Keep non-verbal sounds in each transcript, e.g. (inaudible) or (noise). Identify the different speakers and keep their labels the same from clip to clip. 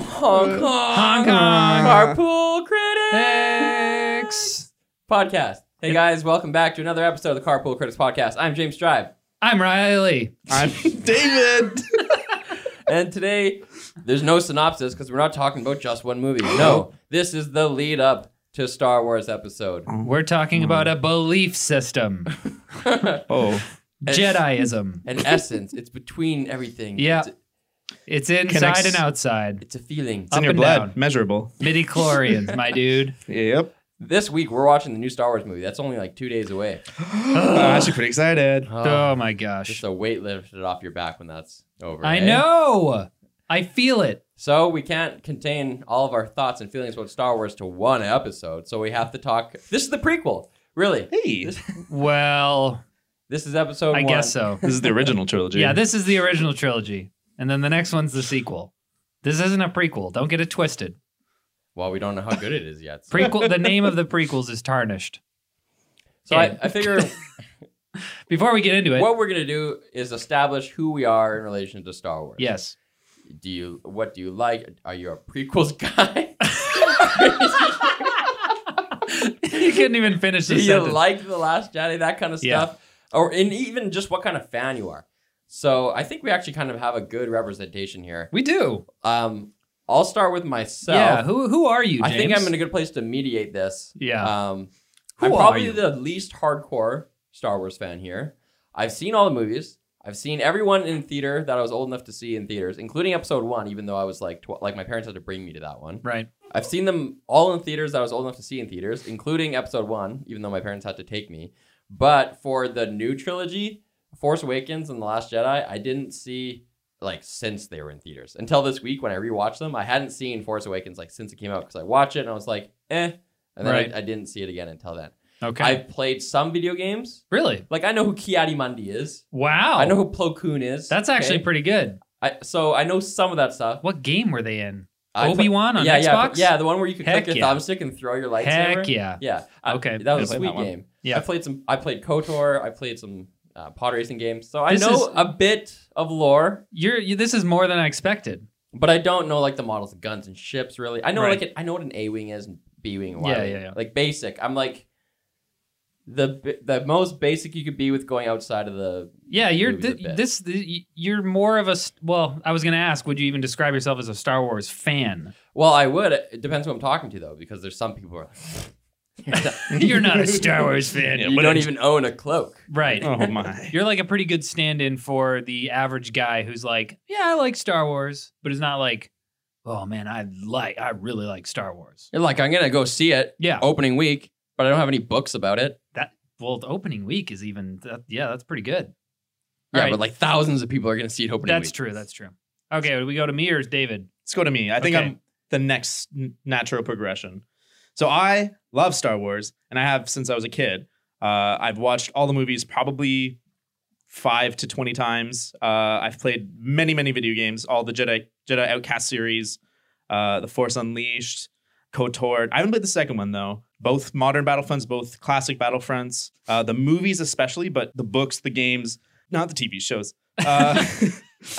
Speaker 1: Honk, honk,
Speaker 2: Uh, Hong Kong.
Speaker 1: Carpool Critics
Speaker 2: Thanks.
Speaker 1: Podcast. Hey guys, welcome back to another episode of the Carpool Critics Podcast. I'm James Drive,
Speaker 2: I'm Riley.
Speaker 3: I'm David.
Speaker 1: and today there's no synopsis because we're not talking about just one
Speaker 2: (gasps)
Speaker 1: movie. No, this is the lead up to Star Wars
Speaker 2: (laughs)
Speaker 1: episode.
Speaker 2: (laughs) We're talking about a belief system, (laughs)
Speaker 3: Oh,
Speaker 2: Jediism.
Speaker 1: An essence, it's between everything.
Speaker 2: Yeah.
Speaker 1: It's,
Speaker 2: It's inside
Speaker 3: Connects-
Speaker 2: and outside.
Speaker 1: it's a feeling.
Speaker 3: it's in your
Speaker 2: and
Speaker 3: blood.
Speaker 2: down.
Speaker 3: Measurable.
Speaker 2: Midi chlorians, my
Speaker 1: (laughs)
Speaker 2: dude. (gasps)
Speaker 3: Yep.
Speaker 1: This week we're watching the new Star Wars movie. That's only like two days away.
Speaker 3: Oh, I'm actually
Speaker 2: (gasps)
Speaker 3: pretty excited.
Speaker 2: Oh, my
Speaker 1: Just
Speaker 2: gosh.
Speaker 1: a weight lifted off your back when that's over.
Speaker 2: I
Speaker 1: eh?
Speaker 2: know. I feel it.
Speaker 1: So we can't contain all of our thoughts and feelings about Star Wars to one episode. So we have to talk. (laughs) This is the prequel, really.
Speaker 3: Hey,
Speaker 1: This,
Speaker 3: this
Speaker 2: Well,
Speaker 1: this is episode.
Speaker 2: I
Speaker 1: one.
Speaker 2: guess uh, so.
Speaker 3: is the original trilogy.
Speaker 2: Yeah, this is the original trilogy. And then the next one's the sequel. This isn't a prequel. Don't get it twisted.
Speaker 1: Well, we don't know how good it is
Speaker 2: (laughs)
Speaker 1: yet. So,
Speaker 2: Prequel the name of the prequels is tarnished.
Speaker 1: so I, I
Speaker 2: (laughs)
Speaker 1: figure
Speaker 2: Before we get into it,
Speaker 1: what we're gonna do is establish who we are in relation to Star Wars.
Speaker 2: yes. (laughs)
Speaker 1: Do you? What do you like? Are you a prequels (laughs)
Speaker 2: (laughs)
Speaker 1: guy?
Speaker 2: you couldn't even finish
Speaker 1: do
Speaker 2: the
Speaker 1: you
Speaker 2: sentence.
Speaker 1: like the Last Jedi? That kind of
Speaker 2: Yeah.
Speaker 1: stuff, or and even just what kind of fan you are. So I think we actually kind of have a good representation here.
Speaker 2: we do.
Speaker 1: Um, I'll start with myself.
Speaker 2: yeah. Who who are you?
Speaker 1: I think
Speaker 2: James?
Speaker 1: I'm in a good place to mediate this.
Speaker 2: Yeah.
Speaker 1: Um,
Speaker 2: Who
Speaker 1: I'm
Speaker 2: are
Speaker 1: probably
Speaker 2: you?
Speaker 1: the least hardcore Star Wars fan here. I've seen all the movies. I've seen everyone in theater that I was old enough to see in theaters, including Episode One. Even though I was like, tw- like my parents had to bring me to that one.
Speaker 2: right.
Speaker 1: I've seen them all in theaters that I was old enough to see in theaters, including Episode One. Even though my parents had to take me. But for the new trilogy, Force Awakens and The Last Jedi, I didn't see like since they were in theaters until this week when I rewatched them. I hadn't seen Force Awakens like since it came out because I watched it and I was like, eh, and then
Speaker 2: Right.
Speaker 1: I, I didn't see it again until then.
Speaker 2: Okay.
Speaker 1: I've played some video games.
Speaker 2: really?
Speaker 1: Like I know who Kiadi Mundi is.
Speaker 2: Wow.
Speaker 1: I know who Plo Koon is.
Speaker 2: Oh. That's actually
Speaker 1: okay?
Speaker 2: pretty good.
Speaker 1: I, so I know some of that stuff.
Speaker 2: What game were they in?
Speaker 1: I pla-
Speaker 2: Obi Wan on
Speaker 1: yeah,
Speaker 2: Xbox.
Speaker 1: yeah, yeah. The one where you could
Speaker 2: Heck
Speaker 1: click your
Speaker 2: yeah.
Speaker 1: thumbstick and throw your lightsaber.
Speaker 2: Heck yeah.
Speaker 1: Yeah. I-
Speaker 2: Okay.
Speaker 1: That was a
Speaker 3: I played
Speaker 1: sweet
Speaker 3: that one.
Speaker 1: game.
Speaker 2: Yeah.
Speaker 1: I played some. I played Kotor. I played some uh, pod racing games. So I
Speaker 2: This
Speaker 1: know
Speaker 2: is-
Speaker 1: a bit of lore,
Speaker 2: You're. You, this is more than I expected.
Speaker 1: but I don't know like the models of guns and ships really. I know
Speaker 2: Right.
Speaker 1: like it, I know what an A wing is and B wing. and Y
Speaker 2: Yeah,
Speaker 1: wing.
Speaker 2: yeah, yeah.
Speaker 1: Like basic. I'm like the bi- the most basic you could be with going outside of the.
Speaker 2: Yeah. You're.
Speaker 1: Movies are
Speaker 2: Th-
Speaker 1: best.
Speaker 2: this. Th- you're more of a. s- Well, I was gonna ask. Would you even describe yourself as a Star Wars fan? (laughs)
Speaker 1: Well, I would. It depends who I'm talking to though, because there's some people who are
Speaker 2: (laughs)
Speaker 1: like, (laughs)
Speaker 2: you're not a Star Wars fan.
Speaker 3: Yeah,
Speaker 1: you
Speaker 3: what
Speaker 1: don't
Speaker 3: a-
Speaker 1: even own a cloak.
Speaker 2: Right.
Speaker 3: Oh my.
Speaker 2: You're like a pretty good stand-in for the average guy who's like, yeah, I like Star Wars, but is not like, oh man, I like, I really like Star Wars.
Speaker 1: You're like, I'm gonna go see it
Speaker 2: Yeah.
Speaker 1: opening week, but I don't have any books about it.
Speaker 2: Well, the opening week is even, that, yeah, that's pretty good.
Speaker 1: Yeah,
Speaker 2: Right.
Speaker 1: but like thousands of people are gonna see it opening
Speaker 2: That's
Speaker 1: week.
Speaker 2: true. That's true. Okay, do we go to me or is David?
Speaker 3: Let's go to me. I think
Speaker 2: Okay.
Speaker 3: I'm the next n- natural progression. So I love Star Wars, and I have since I was a kid. Uh, I've watched all the movies probably five to twenty times. Uh, I've played many, many video games. All the Jedi Jedi Outcast series, uh, The Force Unleashed, KOTOR. I haven't played the second one though. Both modern Battlefronts, both classic Battlefronts. Uh, the movies especially, but the books, the games, not the TV shows. Uh, (laughs)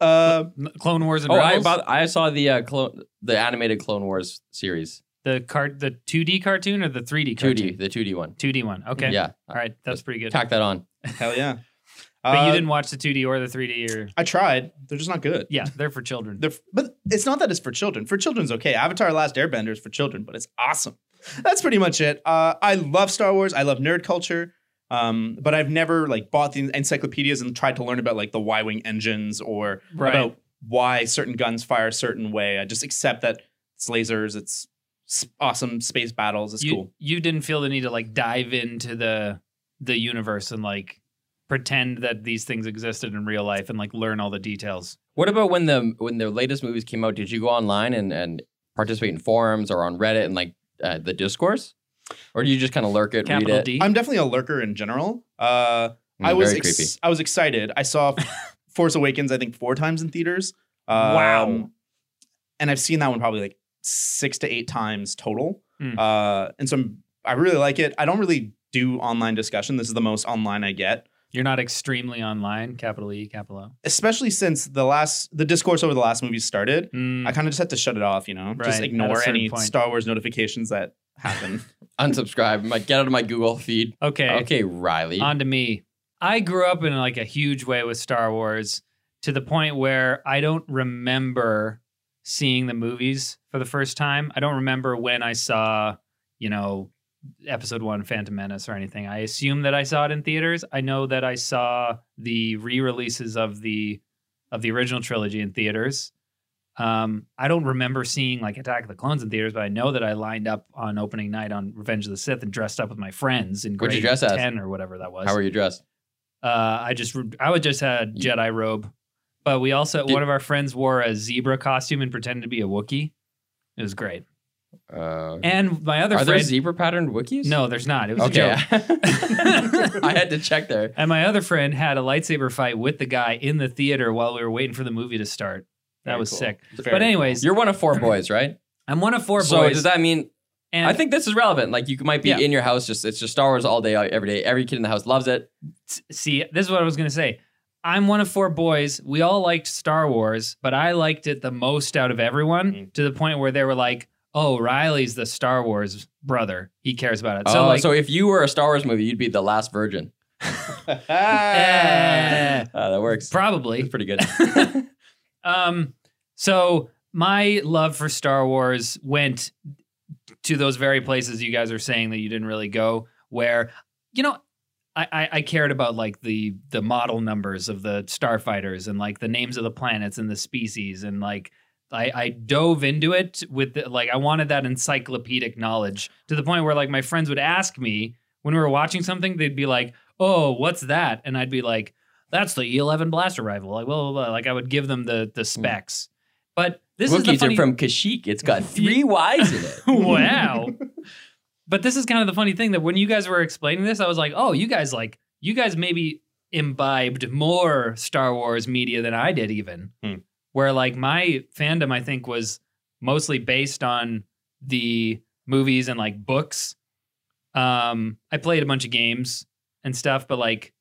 Speaker 3: uh,
Speaker 2: M- Clone Wars and
Speaker 1: Oh, I
Speaker 2: Rebels?
Speaker 1: about I saw the uh, clone the animated Clone Wars series,
Speaker 2: the cart, the 2D cartoon or the 3D
Speaker 1: two
Speaker 2: cartoon?
Speaker 1: D, the two D one.
Speaker 2: 2D one. Okay.
Speaker 1: Yeah,
Speaker 2: All right, that's pretty good.
Speaker 1: tack that on.
Speaker 3: hell yeah.
Speaker 2: But you
Speaker 3: Uh,
Speaker 2: didn't watch the 2D or the 3D or
Speaker 3: I tried. They're just not good.
Speaker 2: yeah, they're for children.
Speaker 3: They're, but it's not that it's for children. For children's okay. Avatar: Last Airbender is for children, but it's awesome. That's pretty much it. Uh, I love Star Wars. I love nerd culture. Um, but I've never like bought the encyclopedias and tried to learn about like the Y-wing engines or
Speaker 2: Right.
Speaker 3: about why certain guns fire a certain way. I just accept that it's lasers. It's s- awesome space battles. It's
Speaker 2: you,
Speaker 3: cool.
Speaker 2: You didn't feel the need to like dive into the the universe and like pretend that these things existed in real life and like learn all the details.
Speaker 1: What about when the when the latest movies came out? Did you go online and and participate in forums or on Reddit and like uh, the discourse, or do you just kind of lurk it,
Speaker 2: Capital
Speaker 1: read it?
Speaker 2: D.
Speaker 3: I'm definitely a lurker in general. Uh,
Speaker 1: Mm,
Speaker 3: I was
Speaker 1: very
Speaker 3: ex-
Speaker 1: creepy.
Speaker 3: I was excited.
Speaker 2: (laughs)
Speaker 3: I saw Force Awakens I think four times in theaters. Um,
Speaker 2: Wow.
Speaker 3: And I've seen that one probably like six to eight times total.
Speaker 2: Hmm.
Speaker 3: Uh, and so I'm, I really like it. I don't really do online discussion. This is the most online I get.
Speaker 2: You're not extremely online, capital E, capital O.
Speaker 3: especially since the last the discourse over the last movie started.
Speaker 2: Mm,
Speaker 3: I kind of just had to shut it off, you know,
Speaker 2: Right,
Speaker 3: just
Speaker 2: at a
Speaker 3: ignore
Speaker 2: certain
Speaker 3: any
Speaker 2: point.
Speaker 3: Star Wars notifications that happen.
Speaker 1: Unsubscribe. I'm like, get out of my Google feed.
Speaker 2: okay.
Speaker 1: Okay, Riley.
Speaker 2: On to me. I grew up in like a huge way with Star Wars to the point where I don't remember seeing the movies for the first time. I don't remember when I saw, you know, episode one, Phantom Menace or anything. I assume that I saw it in theaters. I know that I saw the re-releases of the of the original trilogy in theaters. Um, I don't remember seeing like Attack of the Clones in theaters, but I know that I lined up on opening night on Revenge of the Sith and dressed up with my friends in
Speaker 1: What'd
Speaker 2: grade
Speaker 1: you dress as?
Speaker 2: ten or whatever that was.
Speaker 1: How are you dressed?
Speaker 2: Uh, I just I would just had
Speaker 1: You-
Speaker 2: Jedi robe, but we also
Speaker 1: Did-
Speaker 2: one of our friends wore a zebra costume and pretended to be a Wookiee. It was great.
Speaker 1: Uh,
Speaker 2: And my other
Speaker 1: are there
Speaker 2: friend,
Speaker 1: zebra patterned wikis?
Speaker 2: no, there's not. It was a
Speaker 1: Okay. (laughs)
Speaker 2: joke.
Speaker 1: I had to check there.
Speaker 2: And my other friend had a lightsaber fight with the guy in the theater while we were waiting for the movie to start. (laughs) That
Speaker 3: Very
Speaker 2: was
Speaker 3: cool.
Speaker 2: sick.
Speaker 3: Very
Speaker 2: but anyways,
Speaker 1: You're one of four boys, right?
Speaker 2: I'm one of four
Speaker 1: so
Speaker 2: boys.
Speaker 1: does that mean?
Speaker 2: and
Speaker 1: I think this is relevant. Like you might be
Speaker 2: Yeah.
Speaker 1: in your house, just it's just Star Wars all day, every day. Every kid in the house loves it.
Speaker 2: S- see, this is what I was gonna say. I'm one of four boys. We all liked Star Wars, but I liked it the most out of everyone
Speaker 3: Mm.
Speaker 2: to the point where they were like, "Oh, Riley's the Star Wars brother. He cares about it." So
Speaker 1: So,
Speaker 2: Oh, like,
Speaker 1: Oh, so if you were a Star Wars movie, you'd be the last virgin.
Speaker 2: eh,
Speaker 1: Ah, that works. It's
Speaker 2: probably.
Speaker 1: pretty good.
Speaker 2: um, so my love for Star Wars went to those very places you guys are saying that you didn't really go, where you know. I, I, I cared about like the the model numbers of the starfighters and like the names of the planets and the species and like I, I dove into it with the, like I wanted that encyclopedic knowledge to the point where like my friends would ask me when we were watching something they'd be like oh what's that and I'd be like that's the E E11 blaster rifle. Like, well, like I would give them the the specs. But (laughs) this is the
Speaker 1: Wookiees
Speaker 2: funny
Speaker 1: are from Kashyyyk. It's
Speaker 2: (laughs)
Speaker 1: got three Y's in it.
Speaker 2: wow. But this is kind of the funny thing that when you guys were explaining this, I was like, oh, you guys like you guys maybe imbibed more Star Wars media than I did even.
Speaker 3: Hmm.
Speaker 2: Where like my fandom I think was mostly based on the movies and like books. Um I played a bunch of games and stuff, but like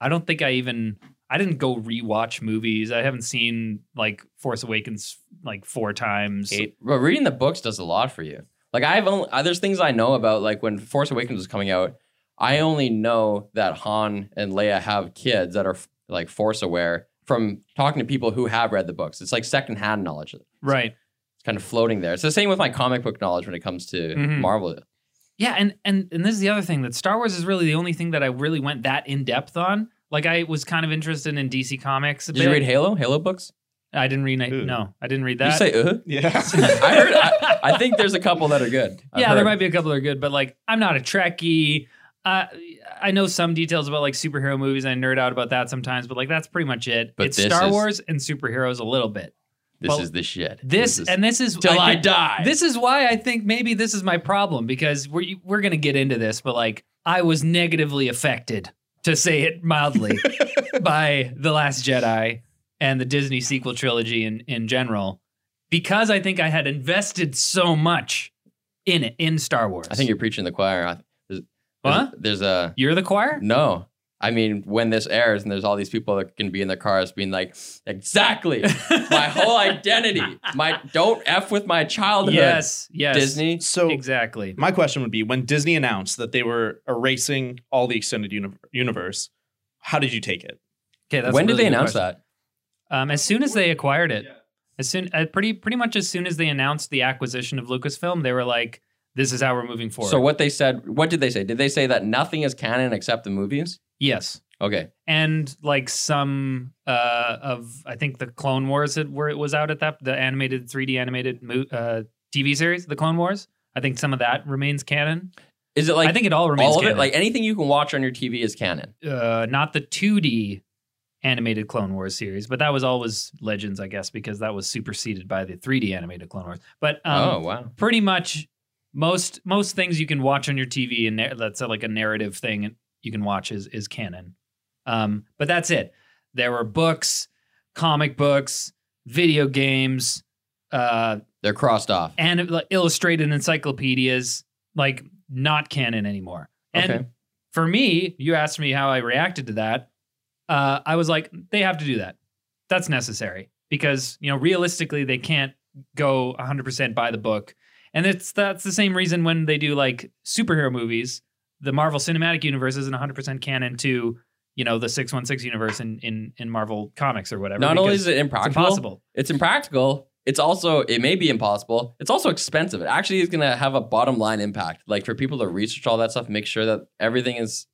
Speaker 2: I don't think I even I didn't go rewatch movies. I haven't seen like Force Awakens like four times.
Speaker 1: But reading the books does a lot for you. Like I've only uh, there's things I know about. Like when Force Awakens was coming out, I only know that Han and Leia have kids that are f- like force aware from talking to people who have read the books. It's like secondhand knowledge. It's
Speaker 2: Right.
Speaker 1: kind of floating there. It's the same with my comic book knowledge when it comes to
Speaker 2: Mhm.
Speaker 1: Marvel.
Speaker 2: Yeah, and and and this is the other thing that Star Wars is really the only thing that I really went that in depth on. Like I was kind of interested in DC Comics. A
Speaker 1: Did
Speaker 2: bit.
Speaker 1: you read Halo? Halo books?
Speaker 2: I didn't read.
Speaker 3: Ooh.
Speaker 2: No, I didn't read
Speaker 1: Did
Speaker 2: that.
Speaker 1: you say uh?
Speaker 3: (laughs)
Speaker 1: (laughs)
Speaker 3: yeah.
Speaker 2: (laughs)
Speaker 3: (laughs)
Speaker 1: I heard. I, I think there's a couple that are good. I've
Speaker 2: yeah, there
Speaker 1: heard.
Speaker 2: might be a couple that are good, but like I'm not a Trekkie. Uh, I know some details about like superhero movies. I nerd out about that sometimes, but like that's pretty much it.
Speaker 1: But
Speaker 2: it's
Speaker 1: this
Speaker 2: Star
Speaker 1: is-
Speaker 2: Wars and superheroes a little bit.
Speaker 1: This
Speaker 2: well,
Speaker 1: is the shit.
Speaker 2: This,
Speaker 1: is,
Speaker 2: and this is
Speaker 1: till
Speaker 2: like,
Speaker 1: I die.
Speaker 2: This is why I think maybe this is my problem because we're we're gonna get into this, but like I was negatively affected, to say
Speaker 1: (laughs)
Speaker 2: it mildly, by the Last Jedi and the Disney sequel trilogy in in general, because I think I had invested so much in it in Star Wars.
Speaker 1: I think you're preaching to the choir. I- There's,
Speaker 2: Huh?
Speaker 1: There's, there's a
Speaker 2: you're the choir.
Speaker 1: no. I mean, when this airs and there's all these people that can be in their cars being like, exactly, my
Speaker 2: (laughs)
Speaker 1: whole identity, my don't f with my childhood.
Speaker 2: yes, yes,
Speaker 1: Disney.
Speaker 3: so
Speaker 2: exactly.
Speaker 3: my question would be: When Disney announced that they were erasing all the extended uni- universe, how did you take it?
Speaker 2: Okay, that's
Speaker 1: when did they announce
Speaker 2: that? Um, as soon as they acquired it, as soon uh, pretty pretty much as soon as they announced the acquisition of Lucasfilm, they were like, "This is how we're moving
Speaker 1: that?
Speaker 2: forward."
Speaker 1: So what they said? What did they say? Did they say that nothing is canon except the movies?
Speaker 2: yes,
Speaker 1: Okay,
Speaker 2: and like some uh, of I think the Clone Wars that were it was out at that the animated 3D animated mo- uh, TV series, the Clone Wars. I think some of that remains canon.
Speaker 1: is it like
Speaker 2: I think it all remains
Speaker 1: all of
Speaker 2: canon.
Speaker 1: it? Like anything you can watch on your TV is canon.
Speaker 2: uh, not the 2D animated Clone Wars series, but that was always Legends, I guess, because that was superseded by the 3D animated Clone Wars. But um,
Speaker 1: oh wow!
Speaker 2: pretty much most most things you can watch on your TV and nar- that's uh, like a narrative thing you can watch is is canon. Um, but that's it. There were books, comic books, video games, uh,
Speaker 1: They're crossed off.
Speaker 2: and like, illustrated encyclopedias, like not canon anymore. And
Speaker 1: Okay.
Speaker 2: for me, you asked me how I reacted to that. Uh, I was like, they have to do that. That's necessary because you know realistically they can't go 100% by the book, and it's that's the same reason when they do like superhero movies. The Marvel Cinematic Universe isn't 100% canon to you know the 616 universe in in, in Marvel comics or whatever.
Speaker 1: Not only
Speaker 2: because
Speaker 1: is it
Speaker 2: it's
Speaker 1: impractical,
Speaker 2: impossible.
Speaker 1: it's impractical. It's also it may be impossible. It's also expensive. It actually is going to have a bottom line impact. Like for people to research all that stuff, make sure that everything is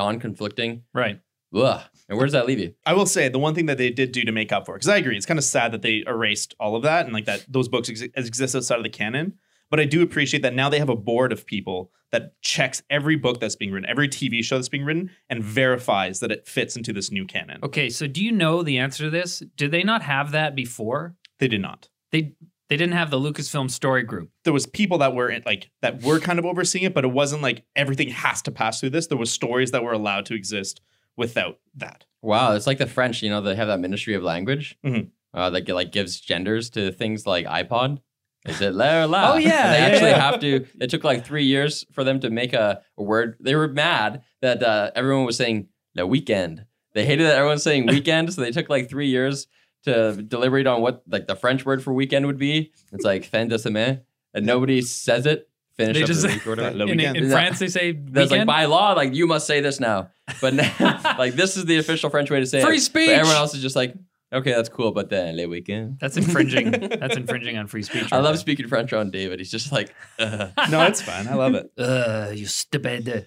Speaker 1: non-conflicting.
Speaker 2: Right.
Speaker 1: Ugh. And where does that leave you?
Speaker 3: I will say the one thing that they did do to make up for, because I agree, it's kind of sad that they erased all of that and like that those books ex- exist outside of the canon. But I do appreciate that now they have a board of people that checks every book that's being written, every TV show that's being written, and verifies that it fits into this new canon.
Speaker 2: Okay, so do you know the answer to this? Did they not have that before?
Speaker 3: They did not.
Speaker 2: They they didn't have the Lucasfilm story group.
Speaker 3: There was people that were in, like that were kind of overseeing it, but it wasn't like everything has to pass through this. There was stories that were allowed to exist without that.
Speaker 2: Mm-hmm.
Speaker 1: Wow, it's like the French. You know, they have that Ministry of Language
Speaker 3: Mhm.
Speaker 1: uh, that g- like gives genders to things like iPod. Is it la or la?
Speaker 2: Oh, yeah,
Speaker 1: And they
Speaker 2: yeah,
Speaker 1: actually
Speaker 2: yeah.
Speaker 1: have to. It took like three years for them to make a, a word. They were mad that uh, everyone was saying the weekend. They hated that everyone was
Speaker 2: (laughs)
Speaker 1: saying weekend, so they took like three years to deliberate on what like the French word for weekend would be. It's like fin de semaine, and nobody says it. Finish
Speaker 2: They
Speaker 1: up
Speaker 2: just-
Speaker 1: the
Speaker 2: (laughs)
Speaker 1: week or whatever.
Speaker 3: The
Speaker 2: In,
Speaker 3: weekend.
Speaker 2: in
Speaker 1: Yeah.
Speaker 2: France, they
Speaker 1: (laughs)
Speaker 2: say
Speaker 1: That's like
Speaker 2: weekend?
Speaker 1: by law, like you must say this now. But (laughs) now, like this is the official French way to say
Speaker 2: free
Speaker 1: it.
Speaker 2: speech.
Speaker 1: But everyone else is just like, okay, that's cool, but then le weekend.
Speaker 2: That's
Speaker 1: (laughs)
Speaker 2: infringing. that's infringing on free speech.
Speaker 1: I
Speaker 2: right
Speaker 1: love speaking French on David. He's just like, Ugh. (laughs)
Speaker 3: No, it's fine. I love it.
Speaker 2: there. Uh, you stupid.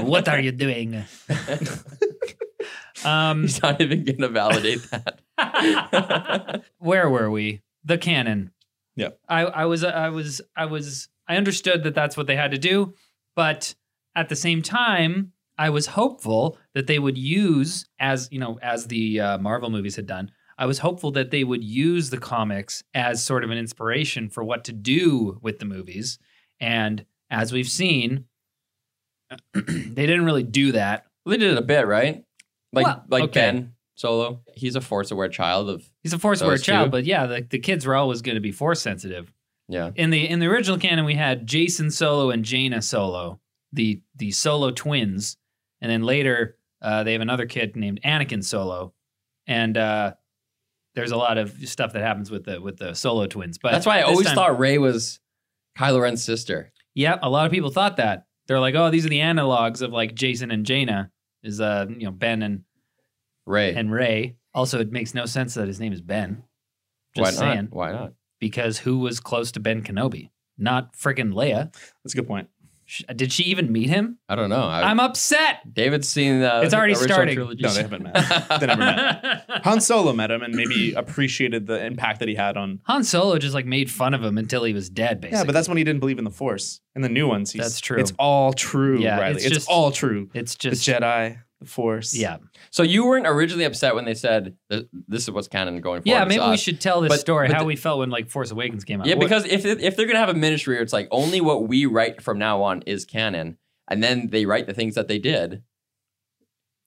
Speaker 2: What are you
Speaker 1: (laughs)
Speaker 2: doing? Um,
Speaker 1: he's not even gonna validate
Speaker 2: (laughs)
Speaker 1: that.
Speaker 2: where were we? The canon.
Speaker 3: Yep.
Speaker 2: I, I was I was I was I understood that that's what they had to do, but at the same time, I was hopeful that they would use as you know as the uh, Marvel movies had done. I was hopeful that they would use the comics as sort of an inspiration for what to do with the movies, and as we've seen, (clears throat) they didn't really do that.
Speaker 1: they did it a bit, right? Like,
Speaker 2: Well,
Speaker 1: like
Speaker 2: okay.
Speaker 1: Ben Solo. He's a force-aware child of
Speaker 2: He's a force aware
Speaker 1: Those two.
Speaker 2: child, but yeah, the, the kids were always going to be force sensitive.
Speaker 1: yeah.
Speaker 2: in the in the original canon we had Jason Solo and Jaina Solo, the the Solo twins, and then later uh, they have another kid named Anakin Solo, and uh, there's a lot of stuff that happens with the with the Solo twins. But
Speaker 1: that's why I
Speaker 2: this
Speaker 1: always
Speaker 2: time-
Speaker 1: thought Ray was Kylo Ren's sister.
Speaker 2: yeah, a lot of people thought that they're like, oh, these are the analogs of like Jason and Jaina is uh you know Ben and
Speaker 1: Ray.
Speaker 2: and Ray. Also, it makes no sense that his name is Ben.
Speaker 1: why
Speaker 2: Just
Speaker 1: not?
Speaker 2: saying,
Speaker 1: Why not?
Speaker 2: because who was close to Ben Kenobi? Not frickin' Leia.
Speaker 3: That's a good point.
Speaker 2: Sh- Did she even meet him?
Speaker 1: I don't know. I,
Speaker 2: I'm upset.
Speaker 1: David's seen. Uh,
Speaker 2: It's already
Speaker 1: original
Speaker 2: starting.
Speaker 1: trilogy.
Speaker 3: No, they
Speaker 1: (laughs)
Speaker 3: haven't met. They never met.
Speaker 2: (laughs) Han
Speaker 3: Han Solo met him and maybe appreciated the impact that he had on
Speaker 2: Solo just like made fun of him until he was dead, basically.
Speaker 3: Yeah, but that's when he didn't believe in the Force. In the new ones, he's,
Speaker 2: That's true.
Speaker 3: It's all true,
Speaker 2: Yeah,
Speaker 3: Riley.
Speaker 2: it's
Speaker 3: It's,
Speaker 2: just-
Speaker 3: all true.
Speaker 2: it's just
Speaker 3: the Jedi, the Force.
Speaker 2: yeah,
Speaker 1: So you weren't originally upset when they said th- this is what's canon going forward.
Speaker 2: yeah.
Speaker 1: it's
Speaker 2: Maybe we
Speaker 1: us."
Speaker 2: should tell this
Speaker 1: But-
Speaker 2: story
Speaker 1: but
Speaker 2: how
Speaker 1: the-
Speaker 2: we felt when like Force Awakens came out.
Speaker 1: Yeah,
Speaker 2: What-
Speaker 1: because if if they're gonna have a ministry, where it's like only what we write from now on is canon, and then they write the things that they did.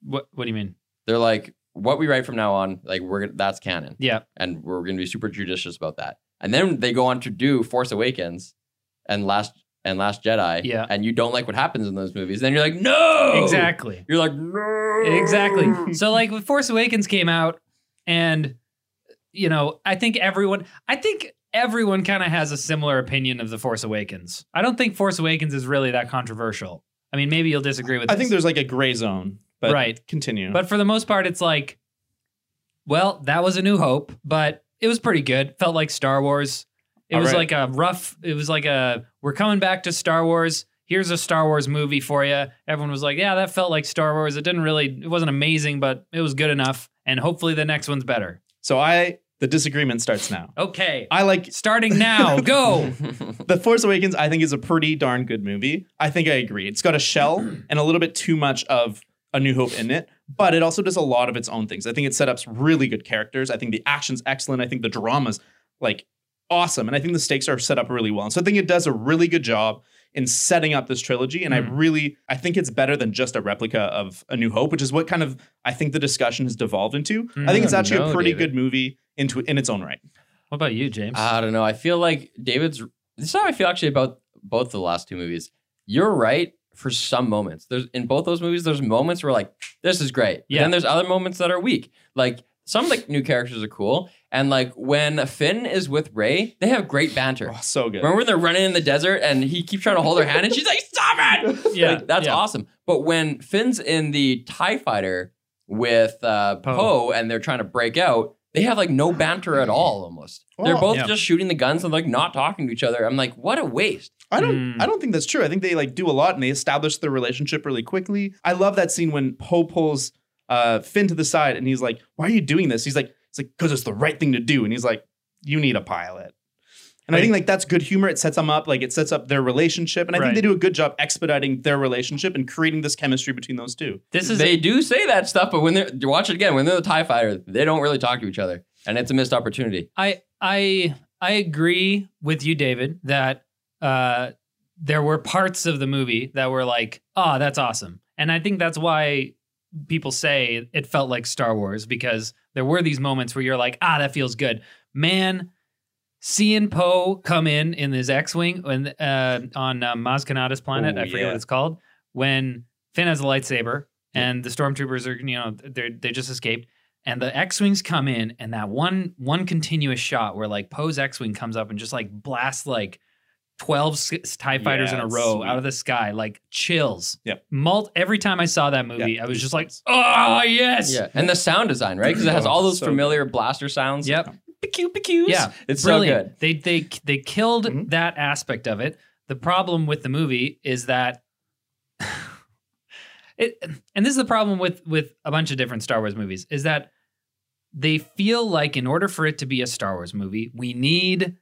Speaker 2: what what do you mean?
Speaker 1: They're like, what we write from now on, like we're gonna- that's canon,
Speaker 2: Yeah,
Speaker 1: and we're gonna be super judicious about that. And then they go on to do Force Awakens, and Last and Last Jedi.
Speaker 2: Yeah.
Speaker 1: and you don't like what happens in those movies, then you're like, no,
Speaker 3: Oh.
Speaker 2: exactly,
Speaker 1: You're like, no, (laughs)
Speaker 2: exactly. So like when Force Awakens came out, and you know, I think everyone, I think everyone kind of has a similar opinion of the Force Awakens. I don't think Force Awakens is really that controversial. I mean, maybe you'll disagree with.
Speaker 3: I
Speaker 2: this.
Speaker 3: think there's like a gray zone, but
Speaker 2: right.
Speaker 3: continue.
Speaker 2: But for the most part, it's like, well, that was a new hope, but it was pretty good. Felt like Star Wars. It
Speaker 3: All
Speaker 2: was
Speaker 3: right.
Speaker 2: like a rough, it was like a, we're coming back to Star Wars. Here's a Star Wars movie for you. Everyone was like, yeah, that felt like Star Wars. It didn't really, it wasn't amazing, but it was good enough. And hopefully the next one's better.
Speaker 3: so I, the disagreement starts now.
Speaker 2: Okay.
Speaker 3: I like
Speaker 2: Starting
Speaker 3: (laughs)
Speaker 2: now, go.
Speaker 3: The Force Awakens, I think, is a pretty darn good movie. I think I agree. It's got
Speaker 1: (clears throat)
Speaker 3: a shell and a little bit too much of A New Hope in it, but it also does a lot of its own things. I think it set up really good characters. I think the action's excellent. I think the drama's like awesome. And I think the stakes are set up really well. And so I think it does a really good job in setting up this trilogy. And
Speaker 1: Mm.
Speaker 2: Mhm.
Speaker 3: I really I think it's better than just a replica of A New Hope, which is what kind of I think the discussion has devolved into. I think it's
Speaker 1: Mm,
Speaker 3: actually
Speaker 1: no,
Speaker 3: a pretty
Speaker 1: David.
Speaker 3: good movie into in its own right.
Speaker 2: What about you, James?
Speaker 3: Uh,
Speaker 1: I don't know. I feel like David's. This is how I feel actually about both the last two movies. You're right for some moments. There's in both those movies, there's moments where like this is great. But
Speaker 2: Yeah.
Speaker 1: Then there's other moments that are weak. Like some of the new characters are cool, and like when Finn is with Ray, they have great banter.
Speaker 3: Oh, so good.
Speaker 1: Remember when they're running in the desert and he keeps trying to hold her hand and she's like, "Stop it!"
Speaker 2: Yeah,
Speaker 1: Like, that's
Speaker 2: yeah.
Speaker 1: awesome. But when Finn's in the Tie Fighter with uh,
Speaker 2: Poe.
Speaker 1: Poe and they're trying to break out, they have like no banter at all. Almost, they're
Speaker 3: Well,
Speaker 1: both
Speaker 2: yeah.
Speaker 1: just shooting the guns and like not talking to each other. I'm like, what a waste.
Speaker 3: I don't
Speaker 2: Mm.
Speaker 3: I don't think that's true. I think they like do a lot and they establish their relationship really quickly. I love that scene when Poe pulls uh Finn to the side and he's like, "Why are you doing this?" He's like, "It's like cuz it's the right thing to do." And he's like, "You need a pilot." And I think like that's good humor. It sets them up, like it sets up their relationship, and I
Speaker 2: Right.
Speaker 3: think they do a good job expediting their relationship and creating this chemistry between those two.
Speaker 2: This is
Speaker 1: they do say that stuff, but when they're you watch it again, when they're the Tie Fighter, they don't really talk to each other, and it's a missed opportunity.
Speaker 2: I I I agree with you, David, that uh, there were parts of the movie that were like, "Ah, that's awesome," and I think that's why people say it felt like Star Wars because there were these moments where you're like, "Ah, that feels good." Man, seeing Poe come in in his X-wing and uh, on uh, Maz Kanata's planet,
Speaker 3: Ooh,
Speaker 2: I forget
Speaker 3: yeah.
Speaker 2: what it's called, when Finn has a lightsaber and the stormtroopers are, you know, they they just escaped and the X-wings come in, and that one one continuous shot where like Poe's X-wing comes up and just like blasts like twelve s- Tie fighters
Speaker 3: Yeah,
Speaker 2: in a
Speaker 3: it's
Speaker 2: row
Speaker 3: sweet.
Speaker 2: out of the sky, like chills.
Speaker 3: Yep.
Speaker 2: Mult every time I saw that movie,
Speaker 3: Yeah.
Speaker 2: I was just like, oh yes.
Speaker 1: Yeah, and the sound design, right? Because it has
Speaker 3: Oh,
Speaker 1: all those
Speaker 3: so
Speaker 1: familiar blaster sounds.
Speaker 2: Yep.
Speaker 1: pew pews.
Speaker 2: Yeah,
Speaker 1: it's so good. Mm-hmm.
Speaker 2: Brilliant. They they they killed
Speaker 3: Mhm.
Speaker 2: that aspect of it. The problem with the movie is that (laughs) it and this is the problem with with a bunch of different Star Wars movies is that they feel like in order for it to be a Star Wars movie, we need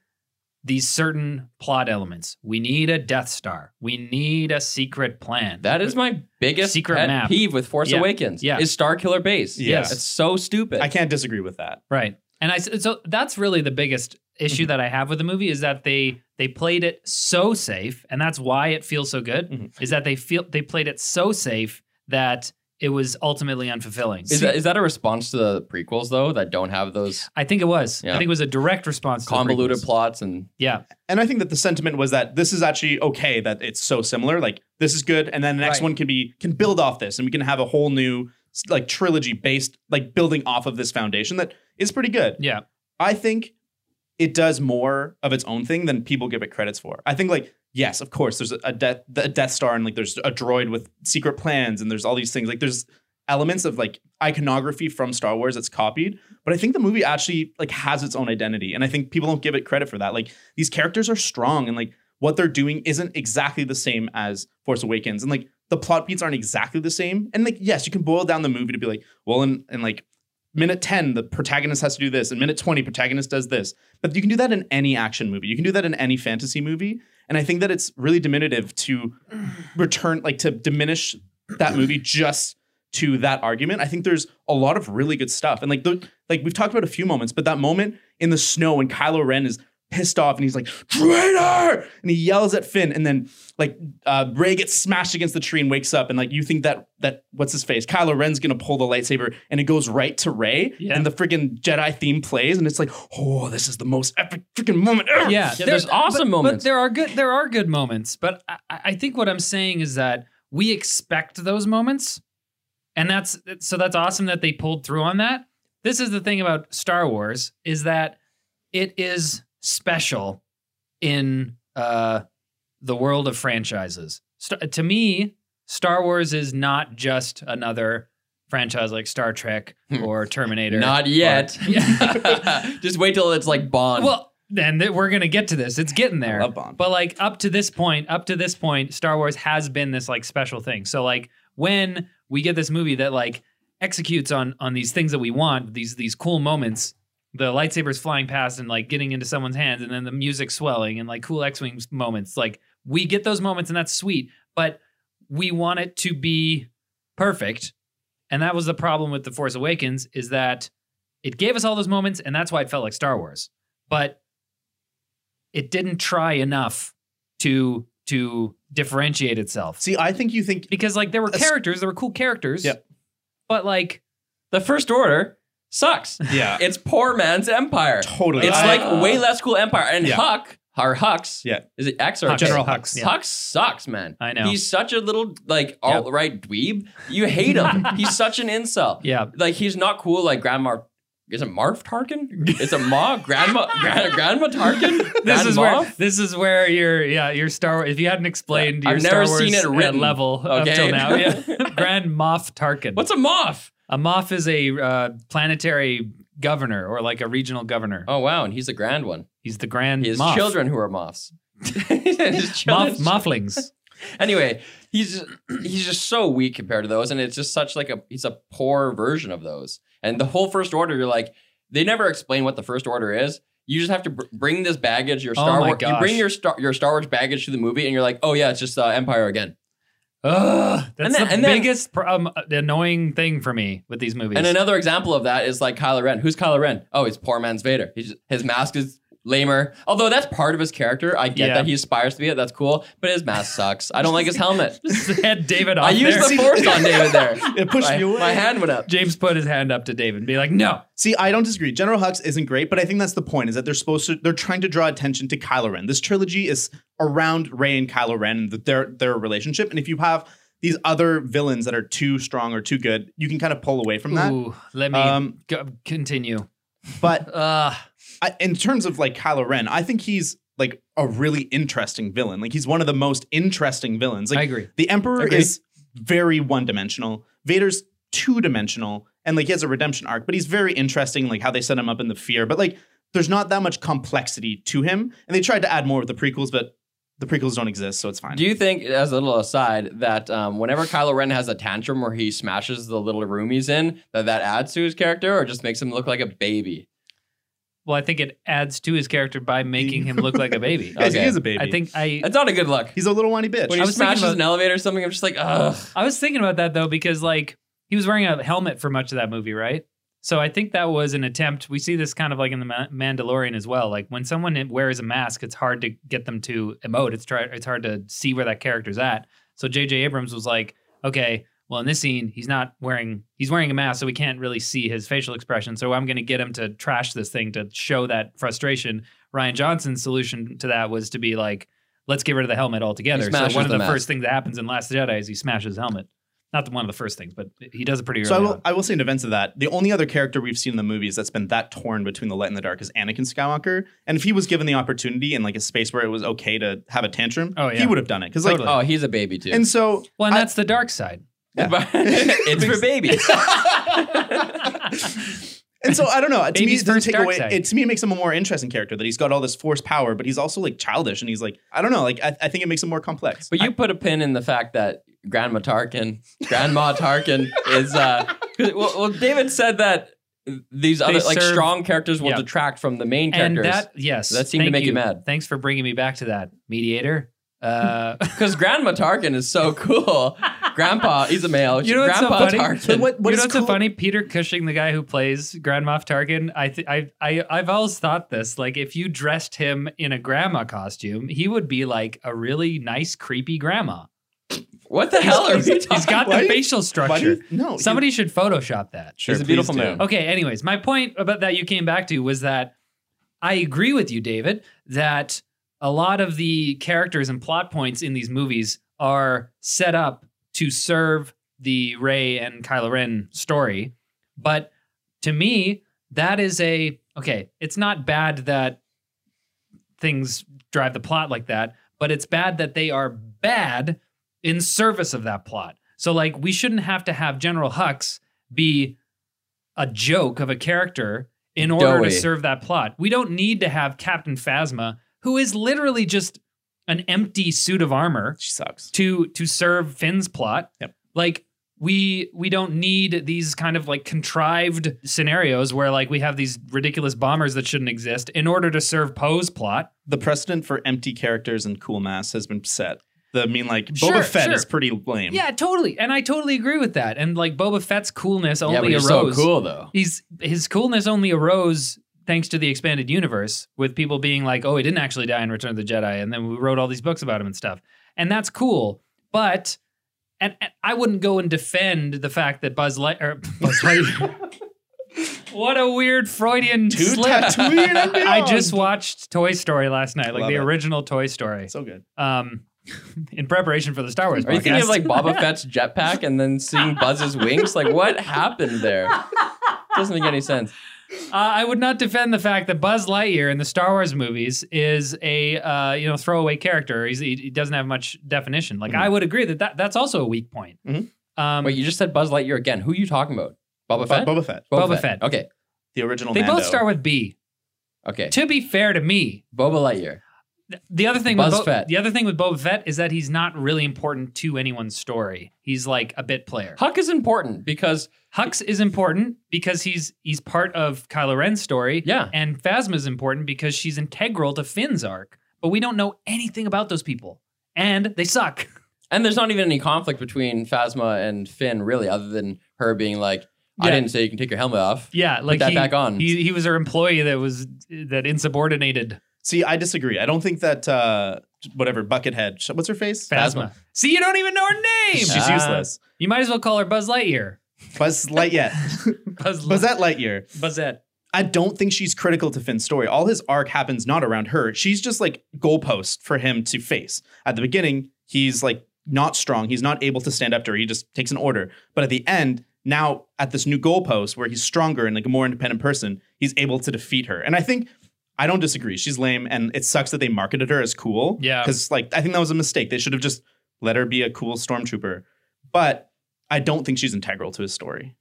Speaker 2: these certain plot elements. We need a Death Star. We need a secret plan.
Speaker 1: That is my biggest
Speaker 2: Secret
Speaker 1: pet
Speaker 2: map.
Speaker 1: peeve with Force
Speaker 2: Yeah.
Speaker 1: Awakens.
Speaker 2: Yeah.
Speaker 1: is Star Killer Base.
Speaker 3: Yeah. Yes.
Speaker 1: it's so stupid.
Speaker 3: I can't disagree with that.
Speaker 2: Right. And I s- so that's really the biggest
Speaker 1: Mm-hmm.
Speaker 2: issue that I have with the movie is that they they played it so safe and that's why it feels so good
Speaker 3: Mhm.
Speaker 1: Mm-hmm.
Speaker 2: is that they feel they played it so safe that it was ultimately unfulfilling.
Speaker 1: Is that, is that a response to the prequels though that don't have those
Speaker 2: I think it was. I
Speaker 1: Yeah.
Speaker 2: think it was a direct response to the
Speaker 1: convoluted
Speaker 2: prequels.
Speaker 1: plots and
Speaker 2: Yeah.
Speaker 3: And I think that the sentiment was that this is actually okay that it's so similar. Like this is good, and then the next
Speaker 1: Right.
Speaker 3: one can be can build off this, and we can have a whole new s- like trilogy based like building off of this foundation that is pretty good.
Speaker 2: Yeah.
Speaker 3: I think it does more of its own thing than people give it credits for. I think like yes, of course, there's a death a Death Star and like there's a droid with secret plans and there's all these things like there's elements of like iconography from Star Wars that's copied, but I think the movie actually like has its own identity and I think people don't give it credit for that. Like these characters are strong and like what they're doing isn't exactly the same as Force Awakens and like the plot beats aren't exactly the same. And like yes, you can boil down the movie to be like, well in and like minute 10 the protagonist has to do this and minute 20 protagonist does this but you can do that in any action movie you can do that in any fantasy movie and i think that it's really diminutive to return like to diminish that movie just to that argument i think there's a lot of really good stuff and like the like we've talked about a few moments but that moment in the snow when kylo ren is pissed off and he's like traitor and he yells at finn and then like uh ray gets smashed against the tree and wakes up and like you think that that what's his face kylo ren's gonna pull the lightsaber and it goes right to ray
Speaker 2: Yeah.
Speaker 3: and the freaking jedi theme plays and it's like oh this is the most epic freaking moment ever
Speaker 2: Yeah.
Speaker 1: Yeah, there's
Speaker 2: There-
Speaker 1: awesome
Speaker 2: but-
Speaker 1: moments.
Speaker 2: But there are good there are good moments, but I, I I think what I'm saying is that we expect those moments and that's so that's awesome that they pulled through on that this is the thing about star wars is that it is special in uh the world of franchises Sta- to me star wars is not just another franchise like star trek
Speaker 1: Hmm.
Speaker 2: or terminator
Speaker 1: not yet.
Speaker 2: Yeah.
Speaker 1: (laughs) Just wait till it's like Bond.
Speaker 2: well and th- we're gonna get to this it's getting
Speaker 3: I
Speaker 2: there
Speaker 3: love Bond.
Speaker 2: but like up to this point, up to this point, Star Wars has been this like special thing. So like when we get this movie that like executes on on these things that we want, these these cool moments, the lightsabers flying past and like getting into someone's hands, and then the music swelling and like cool X wings moments. Like we get those moments and that's sweet, but we want it to be perfect. And that was the problem with The Force Awakens is that it gave us all those moments and that's why it felt like Star Wars. But it didn't try enough to to differentiate itself.
Speaker 3: see i think you think
Speaker 2: because like there were
Speaker 3: That's-
Speaker 2: characters, there were cool characters.
Speaker 3: Yep.
Speaker 2: But like
Speaker 1: the First Order sucks.
Speaker 3: yeah
Speaker 1: It's poor man's Empire.
Speaker 3: totally
Speaker 1: It's
Speaker 3: I-
Speaker 2: Uh,
Speaker 1: like way less cool Empire. And
Speaker 3: Yeah.
Speaker 1: Huck, Our Hux.
Speaker 3: Yeah.
Speaker 1: Is it X or
Speaker 2: Hux.
Speaker 1: J?
Speaker 3: General Hux.
Speaker 2: Yeah.
Speaker 1: Hux sucks, man.
Speaker 2: I know.
Speaker 1: He's such a little like alt right dweeb. You hate
Speaker 2: (laughs)
Speaker 1: him. he's such an insult.
Speaker 2: Yeah.
Speaker 1: Like he's not cool like Grandma. Is it Marv Tarkin? It's a Ma
Speaker 2: (laughs)
Speaker 1: Grandma Gran, Grandma Tarkin.
Speaker 2: This is
Speaker 1: Grandma?
Speaker 2: where this is where your yeah your Star Wars. If you hadn't explained
Speaker 1: Yeah,
Speaker 2: your
Speaker 1: I've
Speaker 2: Star
Speaker 1: never
Speaker 2: Wars
Speaker 1: seen it
Speaker 2: uh,
Speaker 1: written,
Speaker 2: level
Speaker 1: okay?
Speaker 2: up
Speaker 1: (laughs)
Speaker 2: till now, yeah. Grand Moff Tarkin.
Speaker 1: What's a moth?
Speaker 2: a Moff is a uh, planetary governor or like a regional governor.
Speaker 1: Oh wow, and he's the grand one.
Speaker 2: He's the Grand
Speaker 1: His
Speaker 2: Moff. (laughs)
Speaker 1: children who are moths. (laughs) His
Speaker 2: Moff,
Speaker 1: children's-
Speaker 2: Mofflings.
Speaker 1: Anyway, he's he's just so weak compared to those, and it's just such like a he's a poor version of those. And the whole first order, you're like, they never explain what the first order is. You just have to br- bring this baggage, your
Speaker 2: Oh
Speaker 1: Star
Speaker 2: my
Speaker 1: Wars, you bring
Speaker 2: gosh.
Speaker 1: your Star your Star Wars baggage to the movie, and you're like, oh yeah, it's just uh, Empire again.
Speaker 2: Ugh, that's
Speaker 1: then-
Speaker 2: the
Speaker 1: and then-
Speaker 2: biggest pro- um, annoying thing for me with these movies.
Speaker 1: And another example of that is like Kylo Ren. Who's Kylo Ren? Oh, he's poor man's Vader. He's just, his mask is lamer. Although that's part of his character. I get
Speaker 2: Yeah.
Speaker 1: that he aspires to be it. That's cool. But his
Speaker 2: (laughs)
Speaker 1: mask sucks. I don't like his helmet.
Speaker 2: (laughs) Had David off
Speaker 1: I used
Speaker 2: there.
Speaker 1: the force on David there.
Speaker 3: It pushed
Speaker 1: my,
Speaker 3: me away.
Speaker 1: my hand went up.
Speaker 2: (laughs) James put his hand up to David and be like, "No,
Speaker 3: See, I don't disagree. General Hux isn't great, but I think that's the point is that they're supposed to they're trying to draw attention to Kylo Ren. This trilogy is around Rey and Kylo Ren and the, their their relationship. And if you have these other villains that are too strong or too good, you can kind of pull away from that.
Speaker 2: Ooh, let me
Speaker 3: Um,
Speaker 2: go- continue."
Speaker 3: But
Speaker 2: Uh,
Speaker 3: I, in terms of like Kylo Ren, I think he's like a really interesting villain. Like he's one of the most interesting villains. Like
Speaker 2: I agree.
Speaker 3: the Emperor
Speaker 2: Agree.
Speaker 3: is very one dimensional. Vader's two dimensional, and like he has a redemption arc, but he's very interesting, like how they set him up in the fear. But like there's not that much complexity to him. And they tried to add more with the prequels, but the prequels don't exist, so it's fine.
Speaker 1: Do you think, as a little aside, that um, whenever Kylo Ren has a tantrum where he smashes the little room he's in, that that adds to his character or just makes him look like a baby?
Speaker 2: Well, I think it adds to his character
Speaker 1: (laughs)
Speaker 2: by making him look like a baby.
Speaker 3: Yes,
Speaker 1: Okay.
Speaker 3: he is a baby.
Speaker 2: I think I
Speaker 1: That's not a good look.
Speaker 3: he's a little whiny bitch.
Speaker 1: When he
Speaker 2: I was thinking
Speaker 1: smashes
Speaker 2: about-
Speaker 1: an elevator or something, I'm just like, ugh.
Speaker 2: I was thinking about that though because like he was wearing a helmet for much of that movie, right? So I think that was an attempt. We see this kind of like in the Ma- Mandalorian as well. Like when someone wears a mask, it's hard to get them to emote. It's try it's hard to see where that character's at. So J.J. Abrams was like, okay, well in this scene he's not wearing he's wearing a mask, so we can't really see his facial expression. So I'm going to get him to trash this thing to show that frustration. Ryan Johnson's solution to that was to be like, let's get rid of the helmet altogether. So
Speaker 1: smashes
Speaker 2: one of
Speaker 1: the
Speaker 2: the
Speaker 1: mask.
Speaker 2: first things that happens in Last Jedi is he smashes his helmet. Not the, one of the first things, but he does it pretty early.
Speaker 3: So I will,
Speaker 2: on.
Speaker 3: I will say in defense of that, the only other character we've seen in the movies that's been that torn between the light and the dark is Anakin Skywalker. And if he was given the opportunity in like a space where it was okay to have a tantrum,
Speaker 2: Oh, yeah.
Speaker 3: he would have done it. Because
Speaker 2: Totally.
Speaker 3: like,
Speaker 1: Oh, he's a baby too.
Speaker 3: and so
Speaker 2: Well, and
Speaker 3: I-
Speaker 2: that's the
Speaker 1: (laughs)
Speaker 2: dark side.
Speaker 1: But- it's for babies. (laughs)
Speaker 3: and so
Speaker 2: (laughs)
Speaker 3: I don't know. To me,
Speaker 2: Baby's
Speaker 3: it doesn't
Speaker 2: first
Speaker 3: take
Speaker 2: dark
Speaker 3: away.
Speaker 2: side.
Speaker 3: It, to me, it makes him a more interesting character that he's got all this force power, but he's also like childish and he's like I don't know. Like I, I think it makes him more complex.
Speaker 1: but you put a pin in the fact that Grandma Tarkin, Grandma Tarkin is. Uh, 'cause- well, well, David said that these other like
Speaker 2: serve-
Speaker 1: strong characters will
Speaker 2: yeah.
Speaker 1: detract from the main
Speaker 2: and
Speaker 1: characters. (laughs)
Speaker 2: that, yes.
Speaker 1: That seemed to
Speaker 2: thank
Speaker 1: make you mad.
Speaker 2: Thanks for bringing me back to that, mediator.
Speaker 1: (laughs)
Speaker 2: Uh,
Speaker 1: Because Grandma Tarkin is so cool. Grandpa, he's a male.
Speaker 2: You know what's so
Speaker 1: Grandpa
Speaker 2: funny?
Speaker 1: Tarkin.
Speaker 3: what what
Speaker 2: you
Speaker 3: is
Speaker 2: know what's so
Speaker 3: cool-
Speaker 2: funny? Peter Cushing, the guy who plays Grand Moff Tarkin, I, th- I, I, I've always thought this. Like, if you dressed him in a grandma costume, he would be like a really nice, creepy grandma.
Speaker 1: What the hell are you
Speaker 2: (laughs) He's
Speaker 1: talking
Speaker 2: got
Speaker 3: Why
Speaker 2: the
Speaker 3: do you-
Speaker 2: facial
Speaker 3: Why do
Speaker 2: structure.
Speaker 3: you- no, Oh,
Speaker 2: Somebody should Photoshop that.
Speaker 3: Sure,
Speaker 1: It's a beautiful
Speaker 3: please do.
Speaker 1: man.
Speaker 2: Okay, anyways, my point about that you came back to was that I agree with you, David, that a lot of the characters and plot points in these movies are set up to serve the Ray and Kylo Ren story. But to me, that is a okay, it's not bad that things drive the plot like that, but it's bad that they are bad in service of that plot. So like we shouldn't have to have General Hux be a joke of a character in order
Speaker 1: Doughy.
Speaker 2: to serve that plot. We don't need to have Captain Phasma, who is literally just an empty suit of armor
Speaker 3: She sucks.
Speaker 2: to to serve Finn's plot.
Speaker 3: Yep.
Speaker 2: Like we we don't need these kind of like contrived scenarios where like we have these ridiculous bombers that shouldn't exist in order to serve Poe's plot.
Speaker 3: The precedent for empty characters and cool mass has been set. The I mean like
Speaker 2: Sure,
Speaker 3: Boba Fett
Speaker 2: sure.
Speaker 3: is pretty lame.
Speaker 2: Yeah, totally. And I totally agree with that. And like Boba Fett's coolness only
Speaker 1: yeah, but you're
Speaker 2: arose.
Speaker 1: so cool though.
Speaker 2: He's his coolness only arose thanks to the expanded universe, with people being like, "Oh, he didn't actually die in Return of the Jedi," and then we wrote all these books about him and stuff, and that's cool. But (laughs) and, and I wouldn't go and defend the fact that Buzz Light or Buzz Light. (laughs) What a weird Freudian
Speaker 3: To
Speaker 2: slip. (laughs)
Speaker 3: Tatooine and
Speaker 2: I just
Speaker 3: beyond.
Speaker 2: watched Toy Story last night, like
Speaker 3: Love
Speaker 2: the
Speaker 3: it.
Speaker 2: original Toy Story.
Speaker 3: So good.
Speaker 2: Um, (laughs) in preparation for the Star Wars
Speaker 1: Are you
Speaker 2: podcast.
Speaker 1: thinking of like
Speaker 2: (laughs)
Speaker 1: Boba Fett's jetpack and then seeing Buzz's wings? Like, what happened
Speaker 2: (laughs)
Speaker 1: there? Doesn't make any sense.
Speaker 2: Uh, I would not defend the fact that Buzz Lightyear in the Star Wars movies is a uh, you know throwaway character. He's, he, he doesn't have much definition. Like
Speaker 3: Mhm.
Speaker 2: I would agree that, that that's also a weak point.
Speaker 3: Mhm.
Speaker 2: Um,
Speaker 1: Wait, Mm-hmm. you just said Buzz Lightyear again. Who are you talking about? Boba
Speaker 3: Bo-
Speaker 1: Fett?
Speaker 3: Boba Fett.
Speaker 2: Boba Fett.
Speaker 1: Okay.
Speaker 3: The original
Speaker 2: they
Speaker 3: Mando.
Speaker 2: both start with B.
Speaker 1: Okay.
Speaker 2: To be fair to me,
Speaker 1: Boba Lightyear.
Speaker 2: th- the other thing
Speaker 1: Buzz
Speaker 2: with
Speaker 1: Fett.
Speaker 2: the other thing with Boba Fett is that he's not really important to anyone's story. He's like a bit player.
Speaker 1: Huck is important because,
Speaker 2: Hux is important because he's he's part of Kylo Ren's story.
Speaker 1: yeah.
Speaker 2: And Phasma's important because she's integral to Finn's arc, but we don't know anything about those people. And they suck.
Speaker 1: And there's not even any conflict between Phasma and Finn, really, other than her being like, I
Speaker 2: Yeah.
Speaker 1: didn't say you can take your helmet off.
Speaker 2: Yeah, like
Speaker 1: Put that
Speaker 2: he,
Speaker 1: back on.
Speaker 2: he he was her employee that was that insubordinated
Speaker 3: See, I disagree. I don't think that uh, whatever Buckethead. What's her face?
Speaker 2: Phasma. See, you don't even know her name.
Speaker 3: She's
Speaker 1: Ah.
Speaker 3: useless.
Speaker 2: You might as well call her Buzz Lightyear.
Speaker 3: Buzz Lightyear.
Speaker 2: (laughs) Buzz
Speaker 3: Buzz that Lightyear.
Speaker 2: Buzzette.
Speaker 3: I don't think she's critical to Finn's story. All his arc happens not around her. She's just like goalpost for him to face. At the beginning, he's like not strong. He's not able to stand up to her. He just takes an order. But at the end, now at this new goalpost where he's stronger and like a more independent person, he's able to defeat her. And I think I don't disagree. She's lame, and it sucks that they marketed her as cool.
Speaker 2: Yeah.
Speaker 3: because like I think that was a mistake. They should have just let her be a cool stormtrooper. But I don't think she's integral to his story.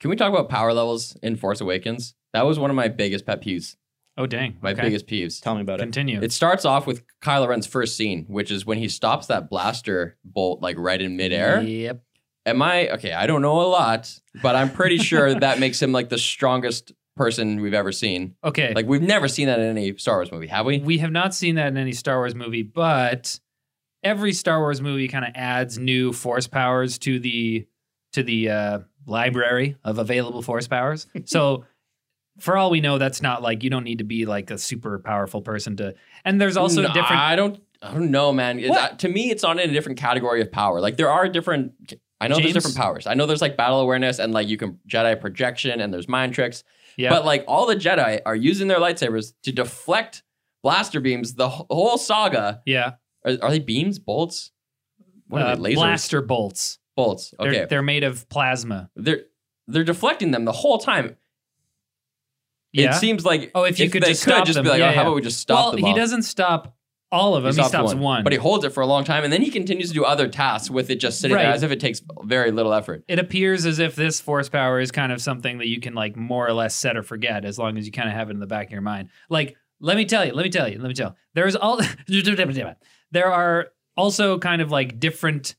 Speaker 1: Can we talk about power levels in Force Awakens? That was one of my biggest pet peeves.
Speaker 2: Oh dang.
Speaker 1: My
Speaker 2: okay.
Speaker 1: biggest peeves.
Speaker 3: Tell me about it.
Speaker 2: continue.
Speaker 1: It starts off with Kylo Ren's first scene, which is when he stops that blaster bolt like right in midair.
Speaker 2: Yep.
Speaker 1: Am I okay? I don't know a lot, but I'm pretty
Speaker 2: (laughs)
Speaker 1: sure that makes him like the strongest person we've ever seen.
Speaker 2: Okay.
Speaker 1: Like we've never seen that in any Star Wars movie, have we?
Speaker 2: we have not seen that in any Star Wars movie, but every Star Wars movie kind of adds new force powers to the to the uh, library of available
Speaker 1: (laughs)
Speaker 2: force powers. so for all we know, that's not like you don't need to be like a super powerful person to. And there's also
Speaker 1: No,
Speaker 2: different.
Speaker 1: I don't. I don't know, man. It-
Speaker 2: What?
Speaker 1: uh, to me, it's not in a different category of power. Like there are different. I know
Speaker 2: James?
Speaker 1: there's different powers. I know there's like battle awareness and like you can Jedi projection and there's mind tricks.
Speaker 2: yeah,
Speaker 1: But like all the Jedi are using their lightsabers to deflect blaster beams. The wh- whole saga
Speaker 2: yeah.
Speaker 1: are, are they beams, bolts? What
Speaker 2: Uh,
Speaker 1: are they? Lasers,
Speaker 2: blaster bolts.
Speaker 1: bolts.
Speaker 2: They're,
Speaker 1: Okay, they're,
Speaker 2: they're made of plasma.
Speaker 1: they're deflecting them the whole time.
Speaker 2: Yeah.
Speaker 1: It seems like
Speaker 2: Oh, if you could
Speaker 1: they
Speaker 2: just stop them.
Speaker 1: be like,
Speaker 2: Yeah,
Speaker 1: oh, how
Speaker 2: yeah.
Speaker 1: about we just stop
Speaker 2: well,
Speaker 1: them?
Speaker 2: he
Speaker 1: all?
Speaker 2: doesn't stop all of them. He, stops one,
Speaker 1: but he holds it for a long time, and then he continues to do other tasks with it just sitting there
Speaker 2: Right.
Speaker 1: as if it takes very little effort.
Speaker 2: it appears as if this force power is kind of something that you can like more or less set or forget as long as you kind of have it in the back of your mind. Like, let me tell you, let me tell you, let me tell. There's all (laughs) there are also kind of like different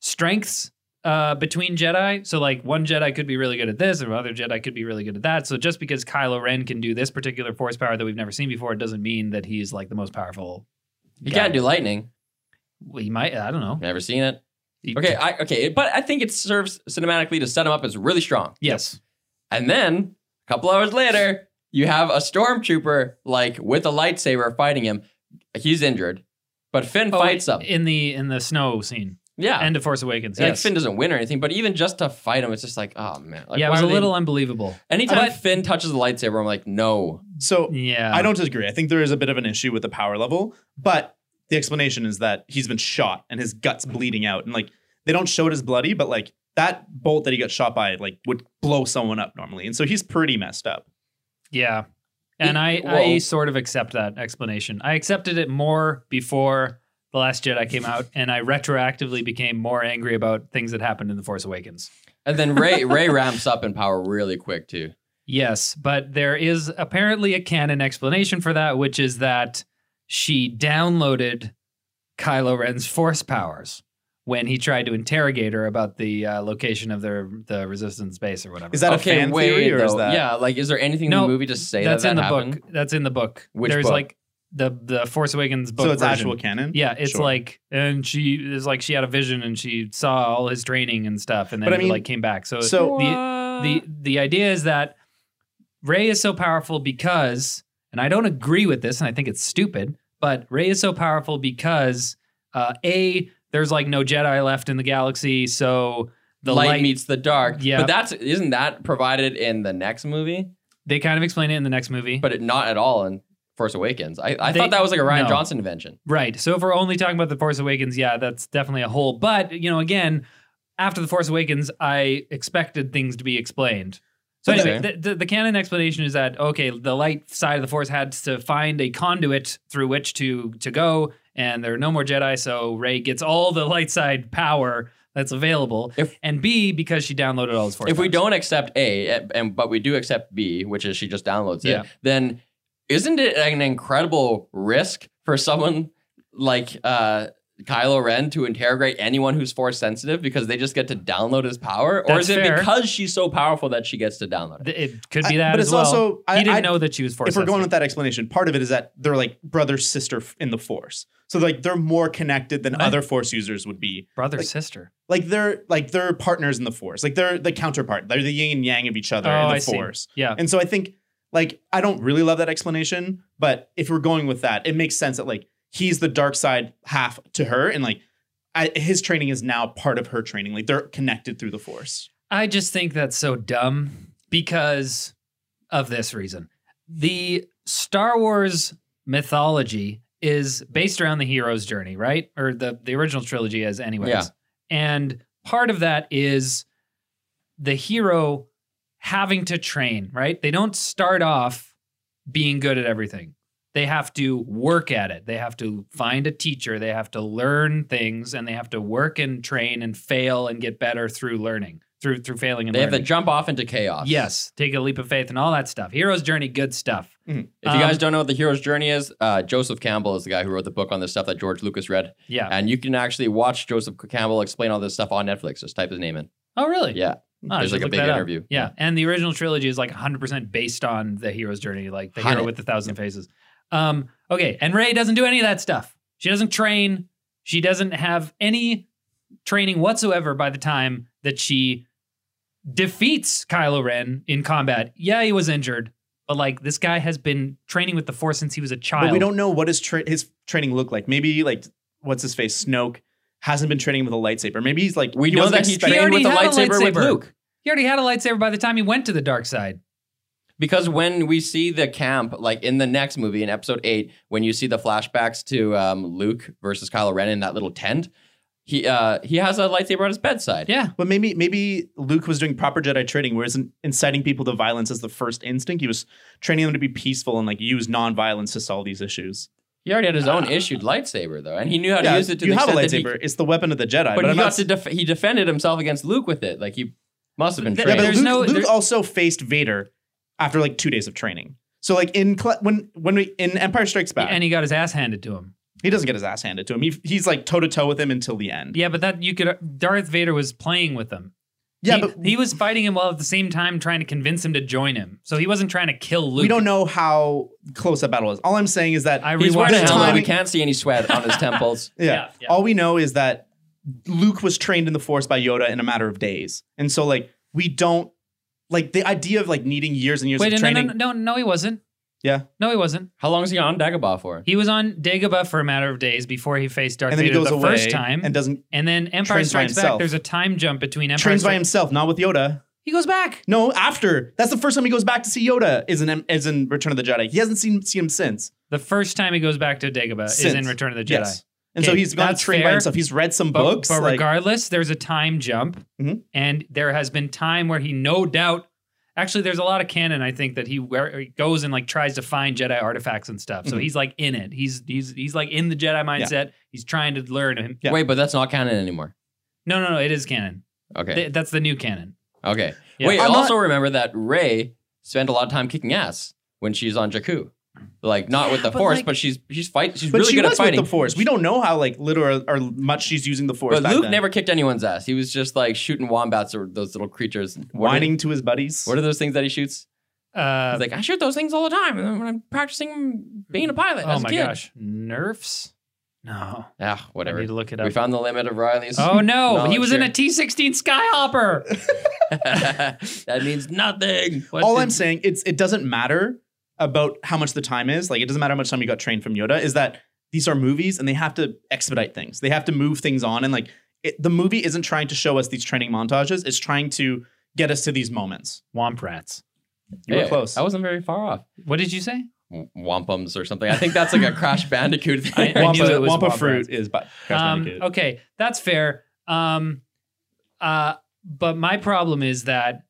Speaker 2: strengths uh, between Jedi. So like one Jedi could be really good at this, and another Jedi could be really good at that. So just because Kylo Ren can do this particular force power that we've never seen before, it doesn't mean that he's like the most powerful.
Speaker 1: He
Speaker 2: guy.
Speaker 1: can't do lightning.
Speaker 2: He might. I don't know.
Speaker 1: Never seen it.
Speaker 2: He-
Speaker 1: Okay, I, okay, but I think it serves cinematically to set him up as really strong.
Speaker 2: Yes.
Speaker 1: And then a couple hours later, you have a stormtrooper like with a lightsaber fighting him. He's injured, but Finn
Speaker 2: Oh,
Speaker 1: fights him.
Speaker 2: in the in the snow scene.
Speaker 1: yeah,
Speaker 2: End of Force Awakens.
Speaker 1: like
Speaker 2: yes.
Speaker 1: Finn doesn't win or anything, but even just to fight him, it's just like, oh man. Like,
Speaker 2: yeah, it
Speaker 1: why
Speaker 2: was a
Speaker 1: are they-
Speaker 2: little unbelievable.
Speaker 1: Anytime
Speaker 3: But-
Speaker 1: Finn touches the lightsaber, I'm like, no.
Speaker 3: So
Speaker 2: Yeah,
Speaker 3: I don't disagree. I think there is a bit of an issue with the power level, but the explanation is that he's been shot and his guts bleeding out, and like they don't show it as bloody, but like that bolt that he got shot by like would blow someone up normally, and so he's pretty messed up.
Speaker 2: Yeah, and I I
Speaker 1: Well-
Speaker 2: sort of accept that explanation. I accepted it more before the Last Jedi came out, and I retroactively became more angry about things that happened in the Force Awakens.
Speaker 1: And then Ray Ray ramps up in power really quick too.
Speaker 2: Yes, but there is apparently a canon explanation for that, which is that she downloaded Kylo Ren's force powers when he tried to interrogate her about the uh, location of their the Resistance base or whatever.
Speaker 3: Is that
Speaker 1: okay,
Speaker 3: a fan
Speaker 1: wait,
Speaker 3: theory or is
Speaker 1: though.
Speaker 3: that?
Speaker 1: yeah? Like, is there anything in
Speaker 2: No,
Speaker 1: the movie to say
Speaker 2: that's
Speaker 1: that
Speaker 2: in the
Speaker 1: that happened?
Speaker 2: book. That's in the book.
Speaker 1: Which
Speaker 2: There's
Speaker 1: book?
Speaker 2: like the the Force Awakens book.
Speaker 3: So it's
Speaker 2: version.
Speaker 3: actual canon.
Speaker 2: Yeah, it's
Speaker 3: Sure.
Speaker 2: like and she is like she had a vision and she saw all his training and stuff and then
Speaker 3: But I
Speaker 2: he,
Speaker 3: mean-
Speaker 2: like came back. So,
Speaker 3: So
Speaker 2: the the idea is that Ray is so powerful because and I don't agree with this and I think it's stupid, but Ray is so powerful because uh a there's like no Jedi left in the galaxy, so the
Speaker 1: light,
Speaker 2: light,
Speaker 1: meets the dark.
Speaker 2: Yeah.
Speaker 1: but that's isn't that provided in the next movie?
Speaker 2: They kind of explain it in the next movie.
Speaker 1: but it, not at all in Force Awakens. I, I
Speaker 2: They-
Speaker 1: thought that was like a Ryan
Speaker 2: no.
Speaker 1: Johnson invention.
Speaker 2: Right. So if we're only talking about the Force Awakens, yeah, that's definitely a hole. But you know, again, after the Force Awakens, I expected things to be explained. So
Speaker 1: Okay.
Speaker 2: anyway, the, the, the canon explanation is that okay, the light side of the Force had to find a conduit through which to to go, and there are no more Jedi, so Rey gets all the light side power that's available,
Speaker 1: If-
Speaker 2: and B because she downloaded all his Force.
Speaker 1: if we
Speaker 2: powers.
Speaker 1: don't accept A, and- and but we do accept B, which is she just downloads
Speaker 2: Yeah.
Speaker 1: it, then isn't it an incredible risk for someone like uh, Kylo Ren to interrogate anyone who's force sensitive because they just get to download his power, or is
Speaker 2: That's
Speaker 1: it
Speaker 2: fair.
Speaker 1: because she's so powerful that she gets to download it?
Speaker 2: Th- it could be
Speaker 3: I-
Speaker 2: that
Speaker 3: but
Speaker 2: as
Speaker 3: it's
Speaker 2: well.
Speaker 3: also- I-
Speaker 2: he didn't
Speaker 3: I-
Speaker 2: know that she was Force.
Speaker 3: if we're going
Speaker 2: sensitive.
Speaker 3: with that explanation, part of it is that they're like brother sister f- in the force. So like they're more connected than
Speaker 2: Right.
Speaker 3: other force users would be.
Speaker 2: brother
Speaker 3: like-
Speaker 2: sister,
Speaker 3: Like they're like they're partners in the force. Like they're the counterpart. They're the yin and yang of each other
Speaker 2: Oh,
Speaker 3: in the
Speaker 2: I see.
Speaker 3: force.
Speaker 2: yeah,
Speaker 3: And so I think like I don't really love that explanation, but if we're going with that, it makes sense that like he's the dark side half to her and like I, his training is now part of her training. Like they're connected through the force.
Speaker 2: I just think that's so dumb because of this reason. The Star Wars mythology is based around the hero's journey, right? Or the, the original trilogy is, anyways.
Speaker 1: Yeah.
Speaker 2: And part of that is the hero having to train, right? They don't start off being good at everything. They have to work at it. They have to find a teacher. They have to learn things and they have to work and train and fail and get better through learning, through through failing and
Speaker 1: They have to
Speaker 2: learning.
Speaker 1: jump off into chaos.
Speaker 2: yes, take a leap of faith and all that stuff. Hero's journey, good stuff.
Speaker 1: If you guys
Speaker 2: Um,
Speaker 1: don't know what the hero's journey is, uh, Joseph Campbell is the guy who wrote the book on this stuff that George Lucas read,
Speaker 2: Yeah.
Speaker 1: and you can actually watch Joseph Campbell explain all this stuff on Netflix. Just type his name in.
Speaker 2: oh, really?
Speaker 1: Yeah,
Speaker 2: Oh, I
Speaker 1: there's
Speaker 2: should
Speaker 1: like a
Speaker 2: look
Speaker 1: big
Speaker 2: that up.
Speaker 1: interview.
Speaker 2: Yeah. and the original trilogy is like 100% based on the hero's journey, like the
Speaker 1: Got
Speaker 2: hero
Speaker 1: it.
Speaker 2: with the thousand faces. Um, okay, and Ray doesn't do any of that stuff. She doesn't train. She doesn't have any training whatsoever by the time that she defeats Kylo Ren in combat. Yeah, he was injured, but like this guy has been training with the Force since he was a child.
Speaker 3: But we don't know what his tra- his training looked like. Maybe like what's his face Snoke hasn't been training with a lightsaber. Maybe he's like
Speaker 1: We know
Speaker 3: wasn't
Speaker 1: that he
Speaker 3: expecting-
Speaker 1: trained
Speaker 2: already
Speaker 1: with a
Speaker 2: had a
Speaker 1: lightsaber, with
Speaker 2: lightsaber.
Speaker 1: Luke.
Speaker 2: He already had a lightsaber by the time he went to the dark side.
Speaker 1: Because when we see the camp, like in the next movie in episode eight, when you see the flashbacks to um, Luke versus Kylo Ren in that little tent, he uh, he has a lightsaber on his bedside.
Speaker 2: Yeah.
Speaker 3: But maybe maybe Luke was doing proper Jedi training, whereas in- inciting people to violence is the first instinct. He was training them to be peaceful and like use nonviolence to solve these issues.
Speaker 1: He already had his own issued lightsaber though, and he knew how to
Speaker 3: Yeah,
Speaker 1: use it to
Speaker 3: you
Speaker 1: the
Speaker 3: have a
Speaker 1: extent that he-
Speaker 3: lightsaber. it's the weapon of the Jedi.
Speaker 1: but,
Speaker 3: I'm
Speaker 1: he
Speaker 3: not
Speaker 1: got to def- he defended himself against Luke with it. Like he must have been
Speaker 2: Yeah,
Speaker 1: trained.
Speaker 3: Yeah, but
Speaker 2: There's
Speaker 3: Luke,
Speaker 2: no-
Speaker 3: Luke
Speaker 2: there-
Speaker 3: also faced Vader after like two days of training. So like in cl- when when we in Empire Strikes Back,
Speaker 2: And he got his ass handed to him.
Speaker 3: he doesn't get his ass handed to him. He, he's like toe to toe with him until the end.
Speaker 2: Yeah, but that you could Darth Vader was playing with them.
Speaker 3: Yeah,
Speaker 2: he,
Speaker 3: but
Speaker 2: he was fighting him while at the same time trying to convince him to join him. So he wasn't trying to kill Luke.
Speaker 3: we don't know how close that battle is. All I'm saying is that
Speaker 2: I
Speaker 1: He's
Speaker 2: rewatched
Speaker 1: wearing a
Speaker 3: his
Speaker 2: it.
Speaker 1: helmet. We
Speaker 3: timing-
Speaker 1: can't see any sweat on his
Speaker 3: (laughs)
Speaker 1: temples.
Speaker 3: yeah,
Speaker 2: yeah, yeah.
Speaker 3: all we know is that Luke was trained in the Force by Yoda in a matter of days, and so like we don't like the idea of like needing years and years
Speaker 2: Wait,
Speaker 3: of
Speaker 2: no, no,
Speaker 3: training.
Speaker 2: no, no, no, he wasn't.
Speaker 3: Yeah.
Speaker 2: No, he wasn't.
Speaker 1: How long is he on Dagobah for?
Speaker 2: He was on Dagobah for a matter of days before he faced Darth
Speaker 3: And then he
Speaker 2: Vader
Speaker 3: goes
Speaker 2: the
Speaker 3: away
Speaker 2: first time.
Speaker 3: and
Speaker 2: And,
Speaker 3: doesn't
Speaker 2: then Empire
Speaker 3: trains by
Speaker 2: Strikes Back.
Speaker 3: himself.
Speaker 2: There's a time jump between Empire
Speaker 3: trains by
Speaker 2: Strikes.
Speaker 3: himself, not with Yoda.
Speaker 2: He goes back.
Speaker 3: No, after that's the first time he goes back to see Yoda is in is in Return of the Jedi. He hasn't seen seen him since.
Speaker 2: The first time he goes back to Dagobah is
Speaker 3: Since.
Speaker 2: in Return of the Jedi.
Speaker 3: Yes, and so
Speaker 2: Okay,
Speaker 3: he's gone
Speaker 2: that's
Speaker 3: trained by
Speaker 2: fair.
Speaker 3: himself. He's read some
Speaker 2: But,
Speaker 3: books.
Speaker 2: but
Speaker 3: like-
Speaker 2: regardless, there's a time jump,
Speaker 1: Mm-hmm.
Speaker 3: Mhm.
Speaker 2: and there has been time where he no doubt. Actually, there's a lot of canon. I think that he where he goes and like tries to find Jedi artifacts and stuff. So
Speaker 1: Mm-hmm.
Speaker 3: Mhm.
Speaker 2: he's like in it. He's he's he's like in the Jedi mindset. He's trying to learn him.
Speaker 3: Yeah.
Speaker 1: Wait, but that's not canon anymore.
Speaker 2: No, no, no. It is canon.
Speaker 1: Okay.
Speaker 2: Th- that's the new canon.
Speaker 1: Okay.
Speaker 2: Yeah.
Speaker 1: Wait,
Speaker 3: I'm
Speaker 1: also remember that Ray spent a lot of time kicking ass when she's on Jakku. Like not with the
Speaker 2: but
Speaker 1: force,
Speaker 2: like-
Speaker 1: but she's she's fight she's
Speaker 3: but
Speaker 1: really
Speaker 3: she
Speaker 1: good at
Speaker 3: was
Speaker 1: fighting.
Speaker 3: with the Force. We don't know how like little or, or much she's using the Force.
Speaker 1: but
Speaker 3: back
Speaker 1: Luke
Speaker 3: then.
Speaker 1: never kicked anyone's ass. He was just like shooting wombats or those little creatures. What are-
Speaker 3: whining to his buddies.
Speaker 1: What are, those things that he shoots?
Speaker 2: Uh,
Speaker 1: He's like, I shoot those things all the time when I'm practicing being a pilot.
Speaker 2: oh
Speaker 1: as a
Speaker 2: my
Speaker 1: kid."
Speaker 2: gosh, nerfs? No,
Speaker 1: Ah, whatever.
Speaker 2: I need to look it
Speaker 1: We
Speaker 2: up.
Speaker 1: found the limit of Riley's.
Speaker 2: Oh no, he
Speaker 1: knowledge
Speaker 2: was in
Speaker 1: here.
Speaker 2: a T16 Skyhopper.
Speaker 1: (laughs) that means nothing.
Speaker 2: What
Speaker 3: All
Speaker 2: did-
Speaker 3: I'm saying it's it doesn't matter about how much the time is. Like it doesn't matter how much time you got trained from Yoda. Is that these are movies and they have to expedite things. They have to move things on and like it, the movie isn't trying to show us these training montages. It's trying to get us to these moments.
Speaker 2: Womp rats.
Speaker 3: You were
Speaker 1: Hey,
Speaker 3: close.
Speaker 1: I wasn't very far off.
Speaker 2: What did you say?
Speaker 1: W- Wampums or something. I think that's like a Crash Bandicoot
Speaker 2: I- I
Speaker 1: thing.
Speaker 2: knew
Speaker 3: Wampa,
Speaker 2: it was
Speaker 3: Wampa
Speaker 2: Wampa.
Speaker 3: fruit is by Crash
Speaker 2: Um,
Speaker 3: Bandicoot.
Speaker 2: okay, that's fair. Um, uh, but my problem is that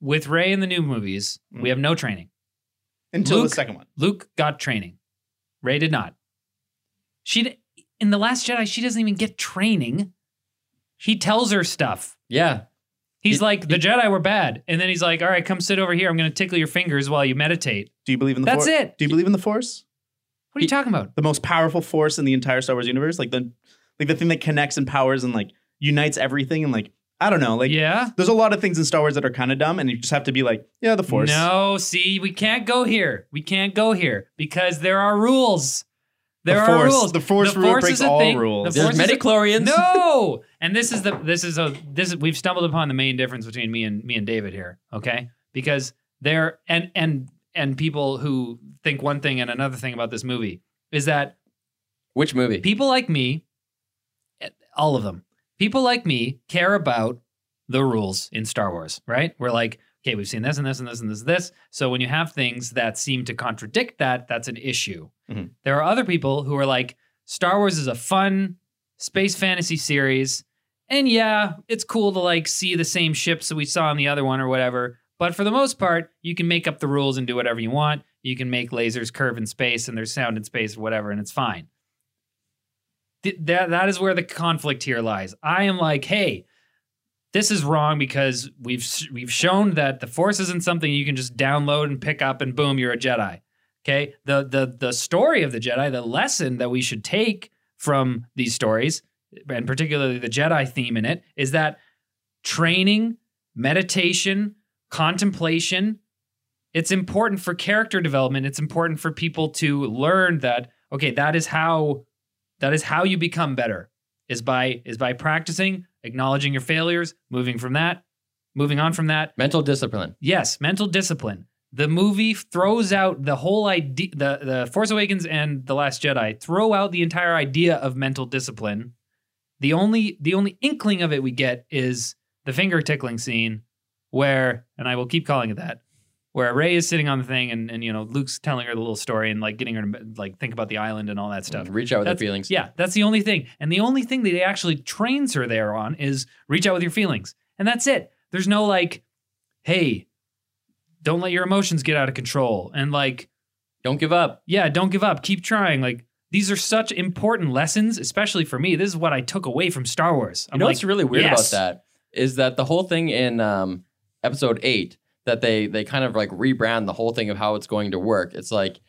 Speaker 2: with Ray in the new movies, we have no training.
Speaker 3: Until
Speaker 2: Luke-
Speaker 3: the second one.
Speaker 2: Luke got training. Ray did not. She d- in the Last Jedi, she doesn't even get training. He tells her stuff.
Speaker 1: yeah.
Speaker 2: He's
Speaker 1: It-
Speaker 2: like, the
Speaker 1: it-
Speaker 2: Jedi were bad, and then he's like, all right, come sit over here. I'm going to tickle your fingers while you meditate.
Speaker 3: Do you believe in the
Speaker 2: That's
Speaker 3: force?
Speaker 2: it.
Speaker 3: Do you believe in the force?
Speaker 2: What are you
Speaker 1: He-
Speaker 2: talking about?
Speaker 3: The most powerful force in the entire Star Wars universe? Like the like the thing that connects and powers and like unites everything and like I don't know, like
Speaker 2: yeah.
Speaker 3: there's a lot of things in Star Wars that are kind of dumb and you just have to be like, yeah, the force.
Speaker 2: No, see, we can't go here. We can't go here because there are rules. There
Speaker 3: the
Speaker 2: are
Speaker 3: force.
Speaker 2: rules.
Speaker 3: The force
Speaker 2: The
Speaker 3: rule
Speaker 2: Force
Speaker 3: breaks
Speaker 2: is a
Speaker 3: all
Speaker 2: thing.
Speaker 3: rules.
Speaker 2: The
Speaker 1: There's
Speaker 2: Force is a-
Speaker 1: Metachlorians.
Speaker 2: No. And this is the this is a this is we've stumbled upon the main difference between me and me and David here, okay? Because there and and and people who think one thing and another thing about this movie is that
Speaker 1: Which movie?
Speaker 2: people like me eh, all of them. People like me care about the rules in Star Wars, right? We're like, okay, we've seen this and this and this and this and this. So when you have things that seem to contradict that, that's an issue.
Speaker 3: Mhm.
Speaker 2: There are other people who are like, Star Wars is a fun space fantasy series. And yeah, it's cool to like see the same ships that we saw in the other one or whatever. But for the most part, you can make up the rules and do whatever you want. You can make lasers curve in space and there's sound in space or whatever, and it's fine. Th- that, that is where the conflict here lies. I am like, hey, this is wrong because we've s- we've shown that the force isn't something you can just download and pick up and boom you're a jedi okay the the the story of the jedi the lesson that we should take from these stories and particularly the jedi theme in it is that training meditation contemplation it's important for character development it's important for people to learn that okay that is how that is how you become better is by is by practicing acknowledging your failures moving from that moving on from that
Speaker 1: Mental discipline.
Speaker 2: yes mental discipline the movie throws out the whole idea the, the force awakens and the last jedi throw out the entire idea of mental discipline the only the only inkling of it we get is the finger tickling scene where and i will keep calling it that where Ray is sitting on the thing and, and you know Luke's telling her the little story and like getting her to like think about the island and all that stuff.
Speaker 1: Reach out with your
Speaker 2: That's-
Speaker 1: feelings.
Speaker 2: Yeah, that's the only thing. And the only thing that he actually trains her there on is reach out with your feelings. And that's it. There's no like, hey, don't let your emotions get out of control. And like,
Speaker 1: Don't give up.
Speaker 2: yeah, don't give up. Keep trying. Like, these are such important lessons, especially for me. This is what I took away from Star Wars.
Speaker 1: you know what's really weird
Speaker 2: yes.
Speaker 1: about that is that the whole thing in um, episode eight that they they kind of like rebrand the whole thing of how it's going to work. It's like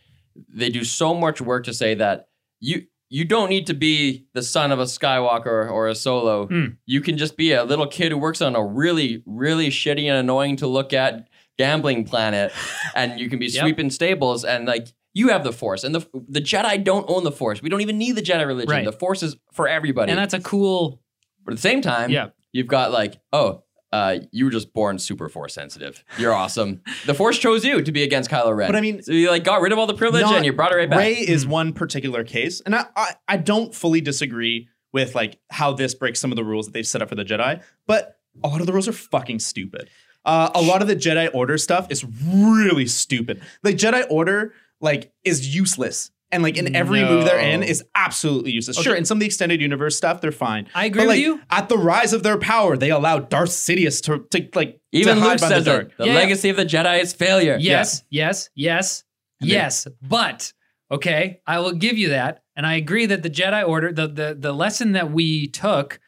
Speaker 1: they do so much work to say that you you don't need to be the son of a Skywalker or a Solo.
Speaker 2: Hmm.
Speaker 1: You can just be a little kid who works on a really really shitty and annoying to look at gambling
Speaker 2: (laughs)
Speaker 1: planet, and you can be
Speaker 2: Yep.
Speaker 1: sweeping stables and like. You have the force, and the the Jedi don't own the force. We don't even need the Jedi religion.
Speaker 2: Right.
Speaker 1: The force is for everybody.
Speaker 2: and that's a cool,
Speaker 1: But at the same time,
Speaker 2: Yeah.
Speaker 1: you've got like, oh, uh, you were just born super force sensitive. You're awesome. the force chose you to be against Kylo Ren.
Speaker 3: But I mean-
Speaker 1: so you like got rid of all the privilege
Speaker 3: Not-
Speaker 1: and you brought it right back.
Speaker 3: Ray
Speaker 2: Mm-hmm.
Speaker 3: is one particular case, and I, I I don't fully disagree with like how this breaks some of the rules that they've set up for the Jedi, but a lot of the rules are fucking stupid. Uh, a lot of the Jedi Order stuff is really stupid. The Jedi Order like is useless, and like in every
Speaker 2: No.
Speaker 3: movie they're in is absolutely useless. Sure,
Speaker 2: Okay.
Speaker 3: in some of the extended universe stuff they're fine.
Speaker 2: I agree
Speaker 3: But,
Speaker 2: with
Speaker 3: like,
Speaker 2: you.
Speaker 3: At the rise of their power, they allowed Darth Sidious to, to like
Speaker 1: Even
Speaker 3: to hide
Speaker 1: Luke
Speaker 3: by
Speaker 1: says
Speaker 3: the
Speaker 1: the,
Speaker 3: dark.
Speaker 1: it. The
Speaker 2: Yeah.
Speaker 1: legacy of the Jedi is failure.
Speaker 2: Yes, yes, yes,
Speaker 1: And then-
Speaker 2: yes. But okay, I will give you that, and I agree that the Jedi Order, the the the lesson that we took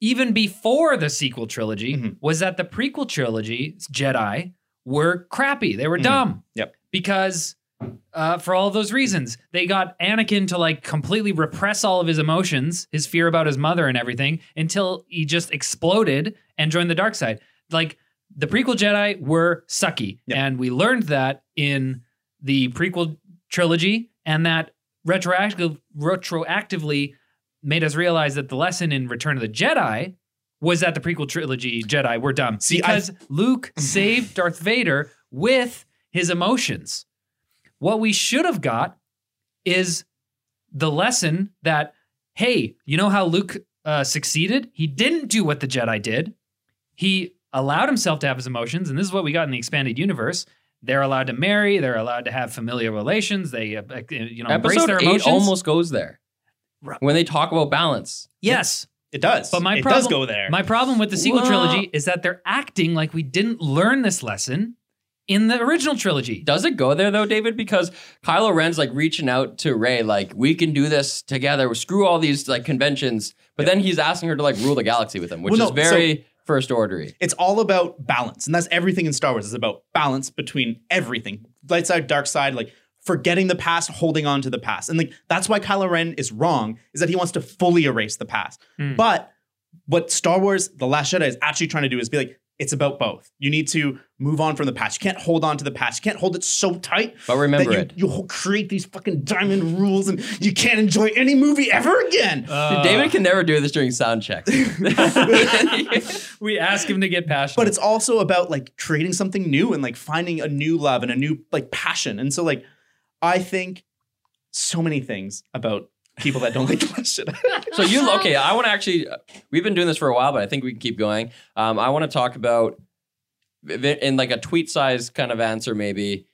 Speaker 2: even before the sequel trilogy
Speaker 3: Mhm.
Speaker 2: was that the prequel trilogy Jedi were crappy. They were
Speaker 3: Mhm.
Speaker 2: dumb.
Speaker 3: Yep.
Speaker 2: Because. Uh, for all of those reasons, they got Anakin to like completely repress all of his emotions, his fear about his mother and everything, until he just exploded and joined the dark side. Like the prequel Jedi were sucky.
Speaker 3: Yep.
Speaker 2: And we learned that in the prequel trilogy, and that retroactive, retroactively made us realize that the lesson in Return of the Jedi was that the prequel trilogy Jedi were dumb.
Speaker 3: See, I-
Speaker 2: because
Speaker 3: (laughs)
Speaker 2: Luke saved Darth Vader with his emotions. What we should have got is the lesson that, hey, you know how Luke uh, succeeded? He didn't do what the Jedi did. He allowed himself to have his emotions, and this is what we got in the expanded universe. They're allowed to marry. They're allowed to have familial relations. They, uh, uh, you know, embrace
Speaker 1: Episode
Speaker 2: their
Speaker 1: eight
Speaker 2: emotions.
Speaker 1: almost goes there
Speaker 2: Right.
Speaker 1: when they talk about balance.
Speaker 2: yes.
Speaker 3: It does.
Speaker 2: But my
Speaker 3: it does
Speaker 2: problem-
Speaker 3: go there.
Speaker 2: My problem with the sequel
Speaker 1: Well-
Speaker 2: trilogy is that they're acting like we didn't learn this lesson in the original trilogy.
Speaker 1: Does it go there though, David? Because Kylo Ren's like reaching out to Ray, like we can do this together. Screw all these like conventions. But then he's asking her to like rule the galaxy with him, which
Speaker 3: Well,
Speaker 1: is
Speaker 3: no,
Speaker 1: very first ordery.
Speaker 3: it's all about balance, and that's everything in Star Wars is about balance between everything, light side, dark side, like forgetting the past, holding on to the past, and like that's why Kylo Ren is wrong, is that he wants to fully erase the past.
Speaker 2: Hmm.
Speaker 3: But what Star Wars: The Last Jedi is actually trying to do is be like. It's about both. You need to move on from the past. You can't hold on to the past. You can't hold it so tight
Speaker 1: But remember it.
Speaker 3: that you, you create these fucking diamond rules and you can't enjoy any movie ever again.
Speaker 2: Uh,
Speaker 1: David can never do this during sound checks. (laughs)
Speaker 2: we ask him to get passionate.
Speaker 3: but it's also about like creating something new and like finding a new love and a new like passion. And so like I think so many things about people that don't (laughs) like the last Jedi.
Speaker 1: so you
Speaker 2: (laughs)
Speaker 1: okay? I want to actually. uh, We've been doing this for a while, but I think we can keep going. Um, I want to talk about in like a tweet size kind of answer, maybe.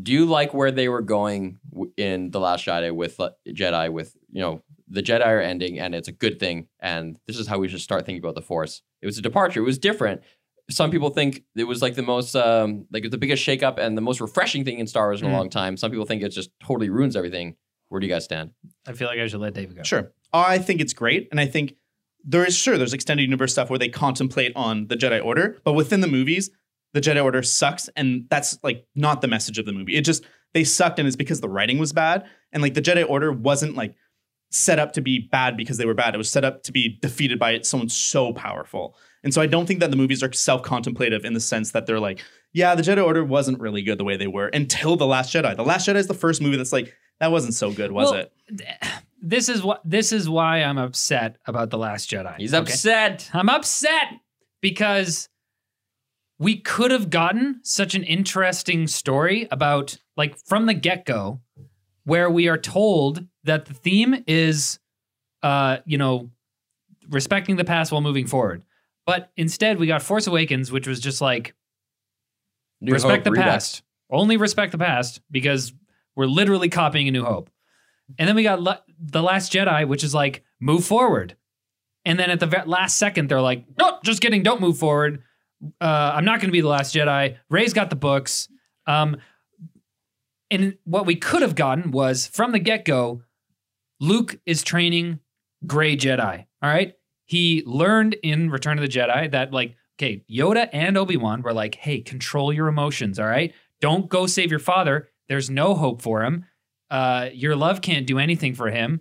Speaker 1: Do you like where they were going w- in the last Jedi with like, Jedi with you know the Jedi are ending and it's a good thing and this is how we should start thinking about the Force. It was a departure. It was different. Some people think it was like the most um, like the biggest shakeup and the most refreshing thing in Star Wars in
Speaker 2: Mm.
Speaker 1: a long time. Some people think it just totally ruins everything. Where do you guys stand?
Speaker 2: I feel like I should let David go.
Speaker 3: Sure. I think it's great. And I think there is sure there's extended universe stuff where they contemplate on the Jedi Order, but within the movies, the Jedi Order sucks, and that's like not the message of the movie. It just they sucked, and it's because the writing was bad, and like the Jedi Order wasn't like set up to be bad because they were bad. It was set up to be defeated by someone so powerful. And so I don't think that the movies are self-contemplative in the sense that they're like, yeah, the Jedi Order wasn't really good the way they were until The Last Jedi. The Last Jedi is the first movie that's like, that wasn't so good, was
Speaker 2: Well,
Speaker 3: it?
Speaker 2: (sighs) This is what this is why I'm upset about the Last Jedi.
Speaker 1: He's
Speaker 2: Okay?
Speaker 1: upset.
Speaker 2: I'm upset because we could have gotten such an interesting story about like from the get-go where we are told that the theme is uh you know respecting the past while moving forward. But instead we got Force Awakens which was just like
Speaker 1: New
Speaker 2: respect the
Speaker 1: Hope, Redux.
Speaker 2: past. Only respect the past because we're literally copying a new hope. And then we got Le- the Last Jedi, which is like move forward. And then at the ve- last second, they're like, no, just kidding, don't move forward. Uh, I'm not going to be the Last Jedi. Ray's got the books. Um, and what we could have gotten was from the get go, Luke is training gray Jedi. All right. He learned in Return of the Jedi that, like, okay, Yoda and Obi Wan were like, hey, control your emotions. All right. Don't go save your father. There's no hope for him. Uh, your love can't do anything for him.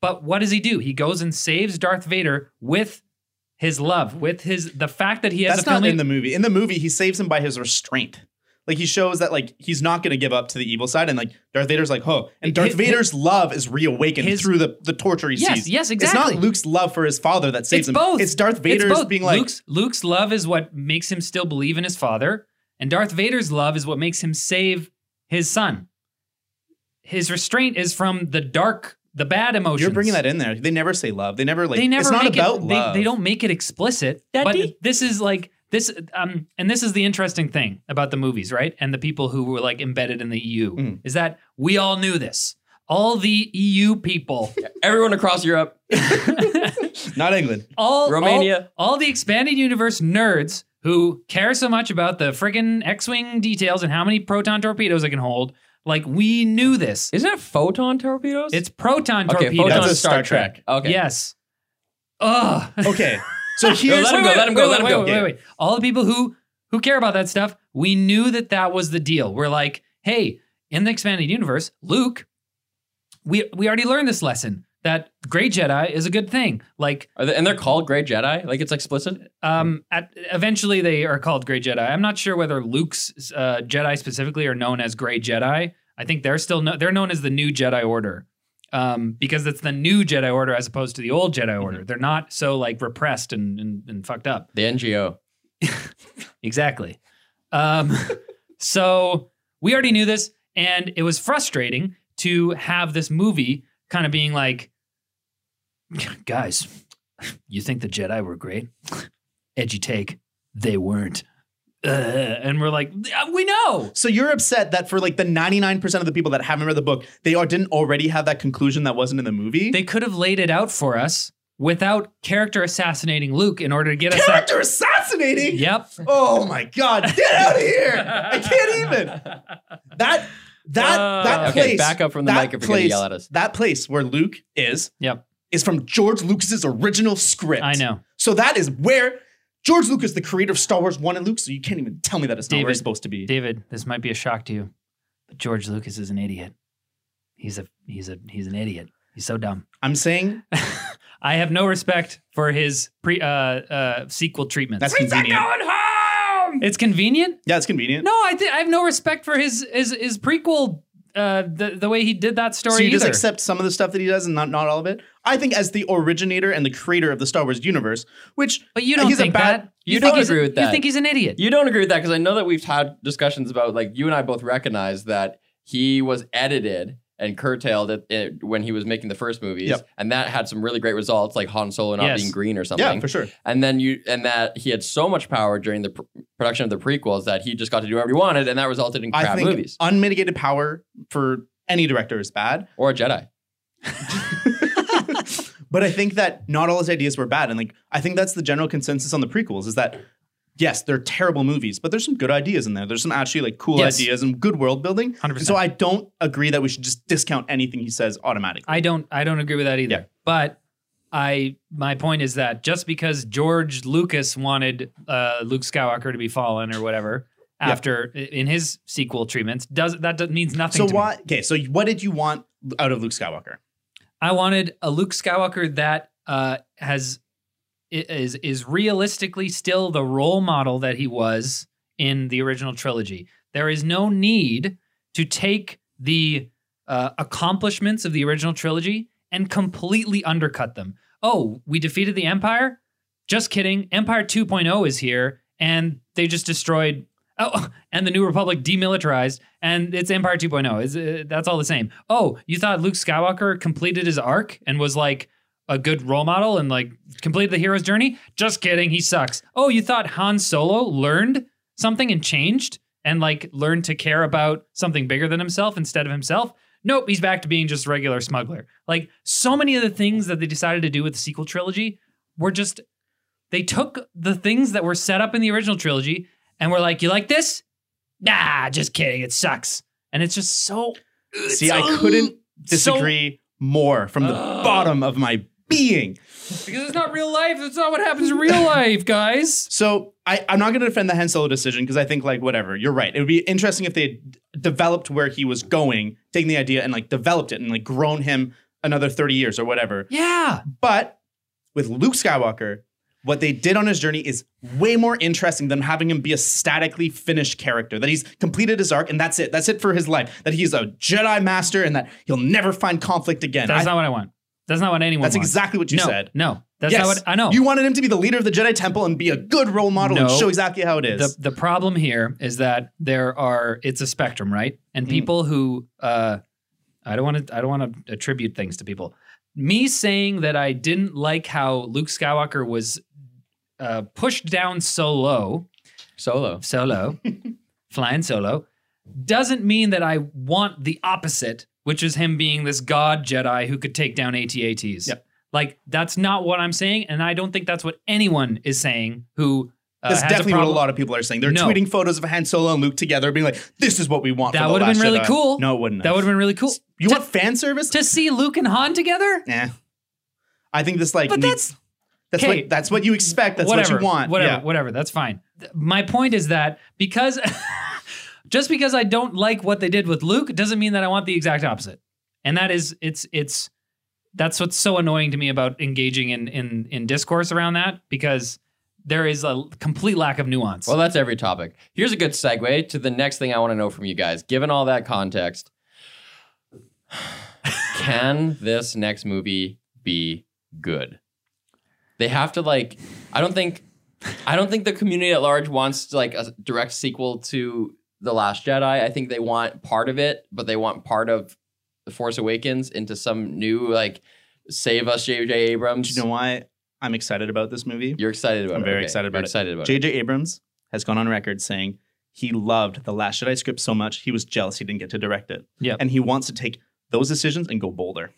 Speaker 2: But what does he do? He goes and saves Darth Vader with his love, with his the fact that he has
Speaker 3: That's
Speaker 2: a
Speaker 3: not
Speaker 2: family.
Speaker 3: in the movie. In the movie, he saves him by his restraint. Like he shows that like he's not going to give up to the evil side, and like Darth Vader's like, oh, and Darth
Speaker 2: His-
Speaker 3: Vader's love is reawakened
Speaker 2: his-
Speaker 3: through the the torture he
Speaker 2: yes,
Speaker 3: sees.
Speaker 2: yes, exactly.
Speaker 3: It's not Luke's love for his father that
Speaker 2: It's
Speaker 3: saves him.
Speaker 2: both.
Speaker 3: It's Darth
Speaker 2: It's
Speaker 3: Vader's
Speaker 2: both.
Speaker 3: being like,
Speaker 2: Luke's, Luke's love is what makes him still believe in his father, and Darth Vader's love is what makes him save his son. His restraint is from the dark, the bad emotions.
Speaker 3: you're bringing that in there. They never say love. They never like.
Speaker 2: they never
Speaker 3: It's not
Speaker 2: make
Speaker 3: about
Speaker 2: it.
Speaker 3: love.
Speaker 2: They, they don't make it explicit. But
Speaker 1: Daddy?
Speaker 2: this is like this, um, and this is the interesting thing about the movies, right? And the people who were like embedded in the EU
Speaker 3: Mm.
Speaker 2: is that we all knew this. All the EU people,
Speaker 1: Everyone across Europe,
Speaker 3: Not England.
Speaker 2: all all-
Speaker 1: Romania.
Speaker 2: all the expanded universe nerds who care so much about the friggin' X-wing details and how many proton torpedoes it can hold. Like we knew this.
Speaker 1: Isn't it photon torpedoes?
Speaker 2: It's proton
Speaker 1: okay.
Speaker 2: torpedoes.
Speaker 1: Photon
Speaker 3: That's a
Speaker 1: is Star,
Speaker 3: Star
Speaker 1: Trek.
Speaker 3: Trek.
Speaker 1: Okay.
Speaker 2: Yes. Ugh. (laughs)
Speaker 3: Okay, so
Speaker 1: No,
Speaker 3: here's
Speaker 1: let him go,
Speaker 2: Wait,
Speaker 1: let him go,
Speaker 2: wait,
Speaker 1: let him
Speaker 2: wait,
Speaker 1: go.
Speaker 2: Wait, wait, wait. All the people who who care about that stuff, we knew that that was the deal. We're like, hey, in the expanded universe, Luke, we we already learned this lesson that gray Jedi is a good thing. Like
Speaker 1: Are they- and they're called Grey Jedi. Like it's explicit.
Speaker 2: Um, at, eventually they are called Gray Jedi. I'm not sure whether Luke's uh, Jedi specifically are known as Gray Jedi. I think they're still no, they're known as the New Jedi Order, um, because it's the New Jedi Order as opposed to the old Jedi Order. They're not so like repressed and and, and fucked up.
Speaker 1: The NGO.
Speaker 2: Exactly. Um, (laughs) so we already knew this, and it was frustrating to have this movie kind of being like, guys, you think the Jedi were great? Edgy take. They weren't. "Ugh," and we're like, "Yeah, we know.
Speaker 3: So you're upset that for like the 99% of the people that haven't read the book, they are, didn't already have that conclusion that wasn't in the movie?
Speaker 2: They could have laid it out for us without character assassinating Luke in order to get us that.
Speaker 3: Character assassinating?
Speaker 2: Yep.
Speaker 3: Oh my god, get out of here! I can't even. That that
Speaker 2: Uh,
Speaker 3: that
Speaker 1: Okay,
Speaker 3: place.
Speaker 1: back up from the
Speaker 3: that
Speaker 1: mic if you're gonna
Speaker 3: place-
Speaker 1: yell at us.
Speaker 3: That place where Luke is
Speaker 2: Yep.
Speaker 3: is from George Lucas's original
Speaker 2: (laughs)
Speaker 3: script.
Speaker 2: I know.
Speaker 3: So that is where George Lucas, the creator of Star Wars One and Luke, so you can't even tell me that it's not where
Speaker 2: David,
Speaker 3: it's supposed to be.
Speaker 2: David, this might be a shock to you, but George Lucas is an idiot. He's a he's a he's an idiot. He's so dumb.
Speaker 3: I'm saying
Speaker 2: I have no respect for his pre uh uh sequel treatments.
Speaker 3: that's convenient.
Speaker 1: home.
Speaker 2: it's convenient?
Speaker 3: Yeah, it's convenient.
Speaker 2: No, I thi- I have no respect for his his his prequel uh the, the way he did that story
Speaker 3: so you
Speaker 2: either.
Speaker 3: just accept some of the stuff that he does and not, not all of it. I think as the originator and the creator of the Star Wars universe, which
Speaker 2: but you don't
Speaker 3: he's a
Speaker 2: think
Speaker 3: bad-
Speaker 2: that.
Speaker 1: You
Speaker 2: think
Speaker 1: don't
Speaker 2: he's a-
Speaker 1: agree with
Speaker 2: You
Speaker 1: that.
Speaker 2: think he's an idiot.
Speaker 1: You don't agree with that because I know that we've had discussions about like you and I both recognize that he was edited and curtailed it, it- when he was making the first movies,
Speaker 3: Yep.
Speaker 1: and that had some really great results, like Han Solo not
Speaker 2: Yes.
Speaker 1: being green or something.
Speaker 3: yeah, for sure.
Speaker 1: and then you and that he had so much power during the pr- production of the prequels that he just got to do whatever he wanted, and that resulted in
Speaker 3: I
Speaker 1: crap
Speaker 3: think
Speaker 1: movies
Speaker 3: unmitigated power for any director is bad.
Speaker 1: or a Jedi.
Speaker 3: but I think that not all his ideas were bad, and like I think that's the general consensus on the prequels is that yes, they're terrible movies, but there's some good ideas in there. There's some actually like cool
Speaker 2: Yes.
Speaker 3: ideas and good world building.
Speaker 2: 100%.
Speaker 3: So I don't agree that we should just discount anything he says automatically.
Speaker 2: I don't I don't agree with that either.
Speaker 3: Yeah.
Speaker 2: But I my point is that just because George Lucas wanted uh, Luke Skywalker to be fallen or whatever
Speaker 3: Yeah.
Speaker 2: after in his sequel treatments does that does, means nothing.
Speaker 3: So
Speaker 2: to Me.
Speaker 3: why? Okay, so what did you want out of Luke Skywalker?
Speaker 2: I wanted a Luke Skywalker that uh, has i- is is realistically still the role model that he was in the original trilogy. There is no need to take the uh, accomplishments of the original trilogy and completely undercut them. Oh, we defeated the Empire? Just kidding. Empire 2.0 is here and they just destroyed Oh, (laughs) and the New Republic demilitarized, and it's Empire 2.0. Is uh, that's all the same? Oh, you thought Luke Skywalker completed his arc and was like a good role model and like completed the hero's journey? Just kidding, he sucks. Oh, you thought Han Solo learned something and changed and like learned to care about something bigger than himself instead of himself? Nope, he's back to being just a regular smuggler. Like so many of the things that they decided to do with the sequel trilogy were just they took the things that were set up in the original trilogy and we're like, you like this? Nah, just kidding. It sucks. And it's just so.
Speaker 3: See, I couldn't disagree more from the
Speaker 2: Ugh.
Speaker 3: bottom of my being.
Speaker 2: Because it's not real life. It's not what happens in (laughs) real life, guys.
Speaker 3: So I, I'm not going to defend the Han Solo decision because I think like whatever. You're right. It would be interesting if they had d- developed where he was going, taking the idea and like developed it and like grown him another 30 years or whatever.
Speaker 2: Yeah.
Speaker 3: But with Luke Skywalker, what they did on his journey is way more interesting than having him be a statically finished character. That he's completed his arc and that's it. That's it for his life. That he's a Jedi master and that he'll never find conflict again.
Speaker 2: That's
Speaker 3: I-
Speaker 2: not what I want. That's not what anyone
Speaker 3: that's
Speaker 2: wants.
Speaker 3: exactly what you
Speaker 2: no,
Speaker 3: said.
Speaker 2: No. That's
Speaker 3: yes,
Speaker 2: not what I know.
Speaker 3: You wanted him to be the leader of the Jedi Temple and be a good role model and
Speaker 2: No.
Speaker 3: show exactly how it is.
Speaker 2: the, the problem here is that there are it's a spectrum, right? And
Speaker 3: Mm.
Speaker 2: people who uh I don't want to I don't want to attribute things to people. Me saying that I didn't like how Luke Skywalker was uh, pushed down so low
Speaker 1: Solo.
Speaker 3: (laughs)
Speaker 2: solo, flying solo, doesn't mean that I want the opposite, which is him being this god Jedi who could take down ATATs.
Speaker 3: Yep.
Speaker 2: Like that's not what I'm saying, and I don't think that's what anyone is saying who uh,
Speaker 3: That's
Speaker 2: has
Speaker 3: definitely
Speaker 2: a
Speaker 3: what a
Speaker 2: problem.
Speaker 3: lot of people are saying. They're
Speaker 2: No.
Speaker 3: tweeting photos of Han Solo and Luke together, being like, "This is what we want."
Speaker 2: That
Speaker 3: for the
Speaker 2: would've
Speaker 3: Last
Speaker 2: been really
Speaker 3: Jedi."
Speaker 2: cool.
Speaker 3: No, it wouldn't.
Speaker 2: that would have been really cool
Speaker 3: You
Speaker 2: to,
Speaker 3: want fan service?
Speaker 2: to see Luke and Han together.
Speaker 3: Nah. I think this like.
Speaker 2: But
Speaker 3: needs-
Speaker 2: that's
Speaker 3: that's
Speaker 2: okay.
Speaker 3: what that's what you expect. That's
Speaker 2: whatever,
Speaker 3: what you want.
Speaker 2: Whatever,
Speaker 3: Yeah.
Speaker 2: whatever. That's fine. Th- My point is that because (laughs) just because I don't like what they did with Luke doesn't mean that I want the exact opposite. And that is it's it's that's what's so annoying to me about engaging in in in discourse around that because there is a complete lack of nuance.
Speaker 1: Well, that's every topic. Here's a good segue to the next thing I want to know from you guys. Given all that context, (sighs) can this next movie be good? They have to like. I don't think. I don't think the community at large wants like a direct sequel to the Last Jedi. I think they want part of it, but they want part of the Force Awakens into some new like save us J.J. Abrams.
Speaker 3: Do you know why I'm excited about this movie?
Speaker 1: You're excited about
Speaker 3: I'm
Speaker 1: it.
Speaker 3: very excited about
Speaker 1: You're
Speaker 3: it.
Speaker 1: Excited about it.
Speaker 3: J.J. Abrams has gone on record saying he loved the Last Jedi script so much he was jealous he didn't get to direct it.
Speaker 2: Yep.
Speaker 3: And he wants to take those decisions and go bolder.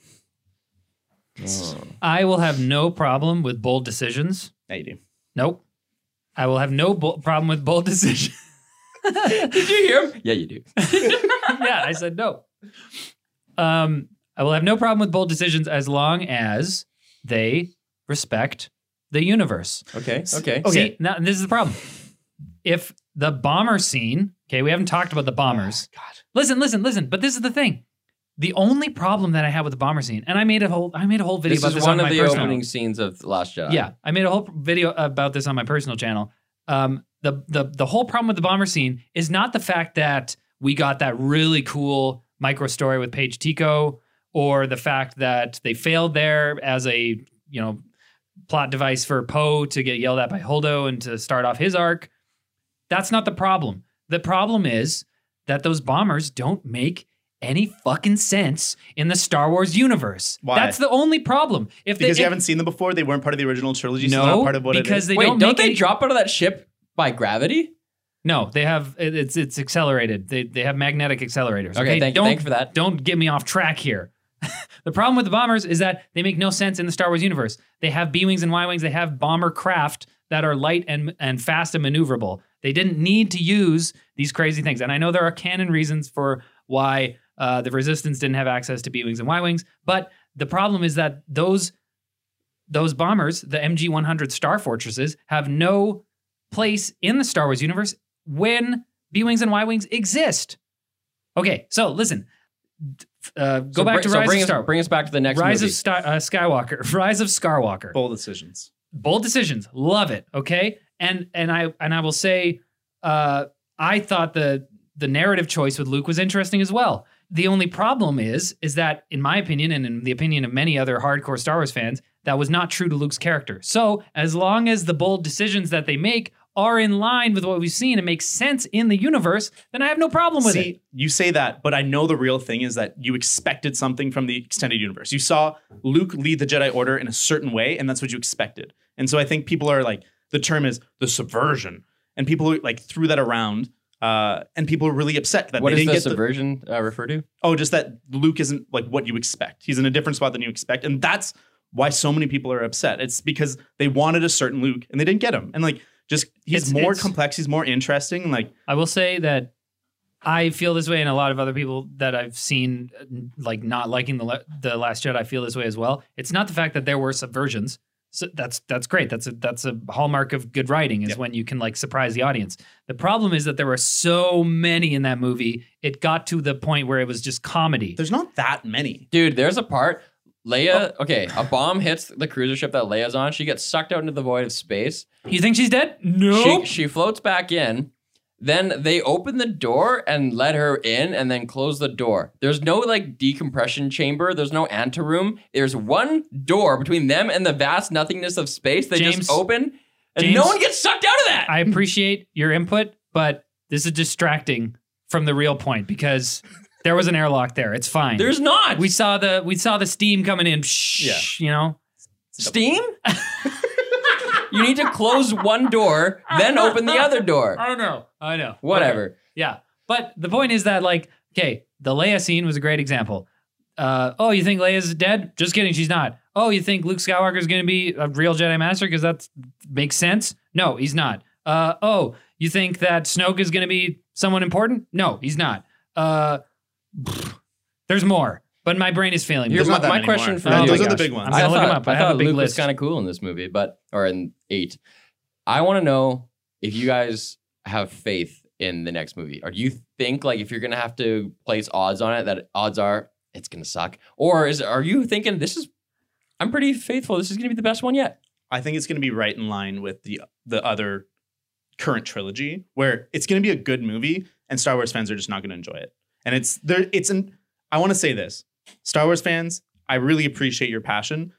Speaker 1: Oh.
Speaker 2: I will have no problem with bold decisions.
Speaker 3: Yeah, you do.
Speaker 2: Nope. I will have no bo- problem with bold (laughs) decisions.
Speaker 1: Did you hear him? Yeah, you do.
Speaker 2: yeah, I said no. Um, I will have no problem with bold decisions as long as they respect the universe.
Speaker 1: Okay. Okay.
Speaker 3: Okay.
Speaker 2: See, now this is the problem. If the bomber scene, okay, we haven't talked about the bombers.
Speaker 1: Oh,
Speaker 3: God.
Speaker 2: Listen, listen, listen. But this is the thing. The only problem that I have with the bomber scene, and I made a whole, I made a whole video
Speaker 1: This
Speaker 2: about
Speaker 1: is
Speaker 2: this
Speaker 1: one
Speaker 2: on
Speaker 1: of
Speaker 2: my
Speaker 1: the
Speaker 2: personal.
Speaker 1: opening scenes of The Last Jedi.
Speaker 2: Yeah, I made a whole video about this on my personal channel. Um, the the the whole problem with the bomber scene is not the fact that we got that really cool micro story with Paige Tico, or the fact that they failed there as a you know plot device for Poe to get yelled at by Holdo and to start off his arc. That's not the problem. The problem is that those bombers don't make any fucking sense in the Star Wars universe.
Speaker 3: Why?
Speaker 2: That's the only problem. If they,
Speaker 3: Because you
Speaker 2: if-
Speaker 3: haven't seen them before, they weren't part of the original trilogy. so they're
Speaker 2: no,
Speaker 3: not part of what
Speaker 2: because
Speaker 3: it is.
Speaker 2: they
Speaker 1: Wait,
Speaker 2: don't,
Speaker 1: don't,
Speaker 2: make
Speaker 1: they
Speaker 2: any-
Speaker 1: drop out of that ship by gravity?
Speaker 2: No, they have it- it's it's accelerated. They they have magnetic accelerators.
Speaker 1: Okay,
Speaker 2: Okay,
Speaker 1: thank you.
Speaker 2: don't
Speaker 1: Thank you for that.
Speaker 2: don't get me off track here. (laughs) the problem with the bombers is that they make no sense in the Star Wars universe. They have B wings and Y wings. They have bomber craft that are light and and fast and maneuverable. They didn't need to use these crazy things. And I know there are canon reasons for why uh, the Resistance didn't have access to B wings and Y wings, but the problem is that those those bombers, the MG-100 Star Fortresses, have no place in the Star Wars universe when B wings and Y wings exist. Okay, so listen, d- uh, go
Speaker 1: So
Speaker 2: back
Speaker 1: bring-
Speaker 2: to
Speaker 1: so
Speaker 2: Rise
Speaker 1: bring
Speaker 2: of
Speaker 1: us,
Speaker 2: Star.
Speaker 1: Bring us back to the next
Speaker 2: Rise
Speaker 1: movie.
Speaker 2: of Star, uh, Skywalker. (laughs) Rise of Skywalker. Bold.
Speaker 3: bold decisions.
Speaker 2: decisions. Love it. Okay, and and I and I will say, uh, I thought the the narrative choice with Luke was interesting as well. The only problem is is that in my opinion and in the opinion of many other hardcore Star Wars fans, that was not true to Luke's character. So as long as the bold decisions that they make are in line with what we've seen and make sense in the universe, then I have no problem with
Speaker 3: See,
Speaker 2: it.
Speaker 3: you say that, but I know the real thing is that you expected something from the extended universe. You saw Luke lead the Jedi Order in a certain way, and that's what you expected. And so I think people are like, the term is the subversion, and people like threw that around, uh, and people are really upset that
Speaker 1: what does
Speaker 3: they didn't
Speaker 1: the
Speaker 3: get the-
Speaker 1: subversion uh, refer to?
Speaker 3: oh, just that Luke isn't like what you expect. He's in a different spot than you expect, and that's why so many people are upset. It's because they wanted a certain Luke and they didn't get him, and like just he's
Speaker 2: It's-
Speaker 3: more
Speaker 2: it's-
Speaker 3: complex, he's more interesting, and like.
Speaker 2: I will say that I feel this way, and a lot of other people that I've seen, uh, like not liking the Le- the Last Jedi, feel this way as well. It's not the fact that there were subversions. So that's that's great. That's a that's a hallmark of good writing is
Speaker 3: Yeah.
Speaker 2: when you can like surprise the audience. The problem is that there were so many in that movie. It got to the point where it was just comedy.
Speaker 3: There's not that many.
Speaker 1: Dude, there's a part. Leia,
Speaker 2: Oh.
Speaker 1: okay, a bomb hits the cruiser ship that Leia's on. She gets sucked out into the void of space.
Speaker 2: You think she's dead? No.
Speaker 1: She, she floats back in. Then they open the door and let her in and then close the door. There's no like decompression chamber. There's no anteroom. There's one door between them and the vast nothingness of space. They
Speaker 2: James-
Speaker 1: just open and
Speaker 2: James-
Speaker 1: no one gets sucked out of that.
Speaker 2: I appreciate your input, but this is distracting from the real point because there was an airlock there. It's fine.
Speaker 1: There's not.
Speaker 2: We saw the we saw the steam coming in. Psh, You know, (laughs)
Speaker 1: Steam? you need to close one door, then open the other door.
Speaker 2: (laughs) I know, I know,
Speaker 1: Whatever.
Speaker 2: Okay, Yeah, but the point is that like, okay, the Leia scene was a great example. Uh, oh, you think Leia's dead? Just kidding, she's not. Oh, you think Luke Skywalker's going to be a real Jedi Master because that makes sense? No, he's not. Uh, oh, you think that Snoke is going to be someone important? No, he's not. Uh, pfft, there's more, but my brain is failing. me.
Speaker 1: Here's my,
Speaker 3: There's not that
Speaker 1: my
Speaker 3: many
Speaker 1: question
Speaker 3: more.
Speaker 1: for
Speaker 2: Oh
Speaker 1: you.
Speaker 2: my
Speaker 3: Those are the
Speaker 2: gosh.
Speaker 3: big ones.
Speaker 2: I'm gonna look
Speaker 1: thought,
Speaker 2: him up. I, have
Speaker 1: thought
Speaker 2: a big
Speaker 1: Luke
Speaker 2: list.
Speaker 1: was kind of cool in this movie, but or in eight. I want to know if you guys have faith in the next movie, or do you think like if you're gonna have to place odds on it, that odds are it's gonna suck, or is are you thinking this is? I'm pretty faithful. This is gonna be the best one yet.
Speaker 3: I think it's going to be right in line with the the other current trilogy, where it's going to be a good movie, and Star Wars fans are just not going to enjoy it. And it's there. It's an. I want to say this, Star Wars fans, I really appreciate your passion.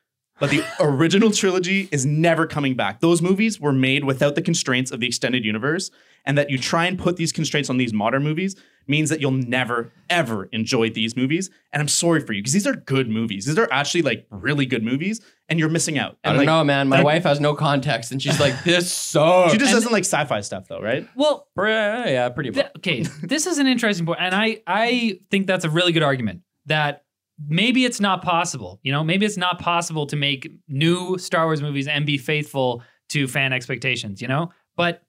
Speaker 1: (laughs)
Speaker 3: but the original trilogy is never coming back. Those movies were made without the constraints of the extended universe, and that you try and put these constraints on these modern movies means that you'll never ever enjoy these movies. And I'm sorry for you because these are good movies. These are actually like really good movies, and you're missing out.
Speaker 1: I
Speaker 3: And
Speaker 1: don't
Speaker 3: like,
Speaker 1: know, man. My
Speaker 3: that-
Speaker 1: wife has no context, and she's like, "This sucks."
Speaker 3: (laughs) She just
Speaker 2: And-
Speaker 3: doesn't like sci-fi stuff though, right?
Speaker 2: Well,
Speaker 1: Pre- yeah, pretty much.
Speaker 2: Th- okay, this is an interesting point, and I I think that's a really good argument that maybe it's not possible. You know, maybe it's not possible to make new Star Wars movies and be faithful to fan expectations. You know, but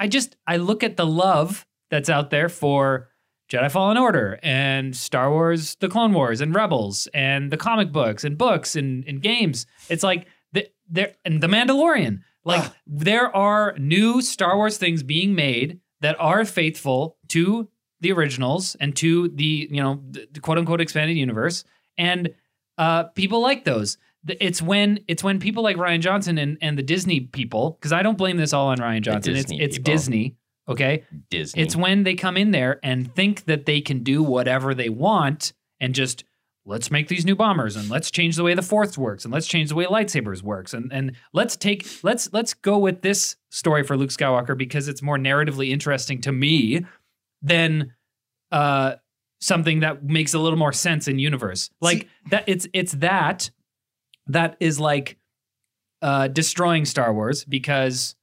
Speaker 2: I just I look at the love that's out there for Jedi Fallen Order and Star Wars: The Clone Wars and Rebels and the comic books and books and, and games. It's like the, there and the Mandalorian. Like
Speaker 1: Ah.
Speaker 2: there are new Star Wars things being made that are faithful to the originals and to the you know the, the quote unquote expanded universe, and uh, people like those. The- It's when it's when people like Ryan Johnson and, and the Disney people, because I don't blame this all on Ryan Johnson. It's
Speaker 1: Disney
Speaker 2: it's
Speaker 1: people.
Speaker 2: Disney, okay?
Speaker 1: Disney.
Speaker 2: It's when they come in there and think that they can do whatever they want and just let's make these new bombers and let's change the way the fourth works and let's change the way lightsabers works and and let's take let's let's go with this story for Luke Skywalker because it's more narratively interesting to me than uh something that makes a little more sense in universe. Like that it's it's that that is like uh destroying Star Wars because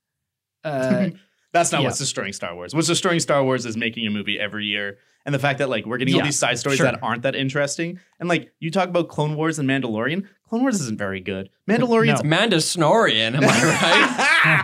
Speaker 2: uh (laughs)
Speaker 3: That's not
Speaker 2: Yeah.
Speaker 3: what's destroying Star Wars. What's destroying Star Wars is making a movie every year. And the fact that like we're getting all
Speaker 2: Yeah,
Speaker 3: these side stories
Speaker 2: sure.
Speaker 3: that aren't that interesting. And like you talk about Clone Wars and Mandalorian. Clone Wars isn't very good. Mandalorian's
Speaker 1: Amanda Snorian,
Speaker 3: (laughs)
Speaker 1: am
Speaker 2: (laughs)
Speaker 1: I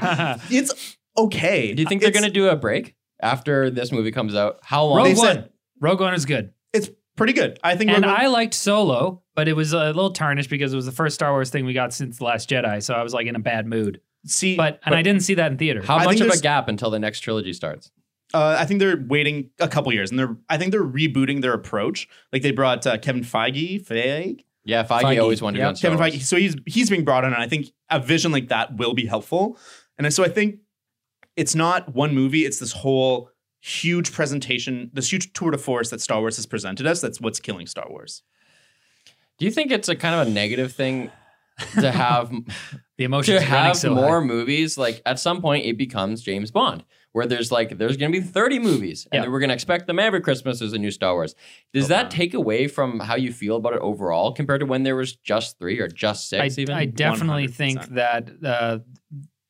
Speaker 1: right?
Speaker 3: it's okay.
Speaker 1: do you think they're
Speaker 3: It's-
Speaker 1: gonna do a break after this movie comes out? How long?
Speaker 2: Rogue
Speaker 3: They
Speaker 2: One.
Speaker 3: said-
Speaker 2: Rogue One is good.
Speaker 3: it's pretty good. I think
Speaker 2: And
Speaker 3: Rogue One-
Speaker 2: I liked Solo, but it was a little tarnished because it was the first Star Wars thing we got since The Last Jedi, so I was like in a bad mood.
Speaker 3: see
Speaker 2: But and I didn't see that in theater.
Speaker 1: How
Speaker 3: I
Speaker 1: much
Speaker 3: think
Speaker 1: of a
Speaker 3: there's-
Speaker 1: gap until the next trilogy starts?
Speaker 3: Uh, I think they're waiting a couple years, and they're I think they're rebooting their approach. Like they brought uh, Kevin Feige, Feige,
Speaker 1: Yeah, Feige,
Speaker 2: Feige.
Speaker 1: always wanted to
Speaker 2: Yeah,
Speaker 1: go on Star
Speaker 3: Kevin
Speaker 1: Wars.
Speaker 3: Feige. So he's he's being brought in, and I think a vision like that will be helpful. And so I think it's not one movie; it's this whole huge presentation, this huge tour de force that Star Wars has presented us. That's what's killing Star Wars.
Speaker 1: Do you think it's a kind of a negative thing
Speaker 2: (laughs)
Speaker 1: to have
Speaker 2: The
Speaker 1: to
Speaker 2: emotions are Oh, running
Speaker 1: have
Speaker 2: so
Speaker 1: more
Speaker 2: high.
Speaker 1: movies? Like at some point, it becomes James Bond, where there's like there's gonna be thirty movies, and
Speaker 2: Yeah.
Speaker 1: we're gonna expect them every Christmas as a new Star Wars. Does
Speaker 3: Oh,
Speaker 1: that
Speaker 3: man.
Speaker 1: take away from how you feel about it overall compared to when there was just three or just
Speaker 2: I,
Speaker 1: six? even
Speaker 2: I definitely think
Speaker 3: 100%.
Speaker 2: that uh,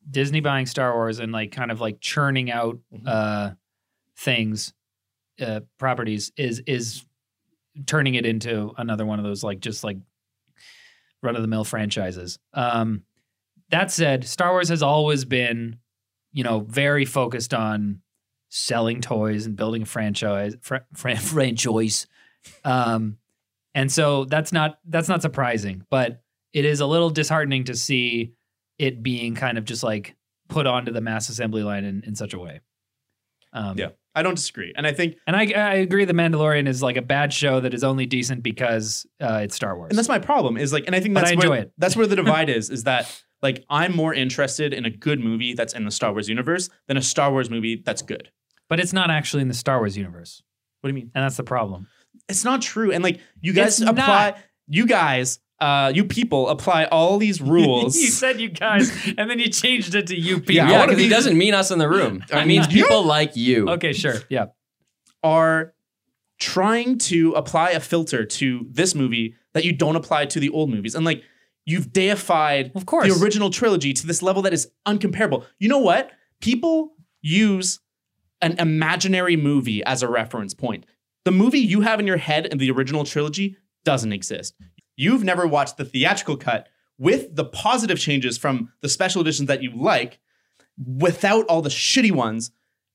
Speaker 2: Disney buying Star Wars and like kind of like churning out
Speaker 1: Mm-hmm.
Speaker 2: uh, things, uh, properties is is turning it into another one of those like just like run of the mill franchises. Um, that said, Star Wars has always been, you know, very focused on selling toys and building a franchise, fr- fr- (laughs) franchise. Um, and so that's not that's not surprising, but it is a little disheartening to see it being kind of just like put onto the mass assembly line in, in such a way. Um,
Speaker 3: Yeah. I don't disagree, and I think
Speaker 2: and I, I agree, The Mandalorian is like a bad show that is only decent because uh, it's Star Wars.
Speaker 3: and that's my problem is like, and I think
Speaker 2: But
Speaker 3: that's
Speaker 2: I
Speaker 3: where
Speaker 2: enjoy it. (laughs)
Speaker 3: that's where the divide is. Is that like I'm more interested in a good movie that's in the Star Wars universe than a Star Wars movie that's good.
Speaker 2: but it's not actually in the Star Wars universe,
Speaker 3: What do you mean?
Speaker 2: and that's the problem.
Speaker 3: It's not true. And like you guys
Speaker 2: It's
Speaker 3: apply,
Speaker 2: not.
Speaker 3: you guys, uh, you people apply all
Speaker 2: (laughs)
Speaker 3: these (laughs) rules.
Speaker 2: you said you guys, and then you changed it to you people.
Speaker 3: I
Speaker 1: yeah,
Speaker 3: wanna
Speaker 1: because he
Speaker 3: be-
Speaker 1: doesn't mean us in the (laughs) room.
Speaker 3: I
Speaker 1: It means
Speaker 3: mean,
Speaker 1: people like you.
Speaker 2: Okay, sure. Yeah.
Speaker 3: are trying to apply a filter to this movie that you don't apply to the old movies. And like you've deified
Speaker 2: Of course.
Speaker 3: the original trilogy to this level that is uncomparable. You know what? People use an imaginary movie as a reference point. The movie you have in your head in the original trilogy doesn't exist. You've never watched the theatrical cut with the positive changes from the special editions that you like without all the shitty ones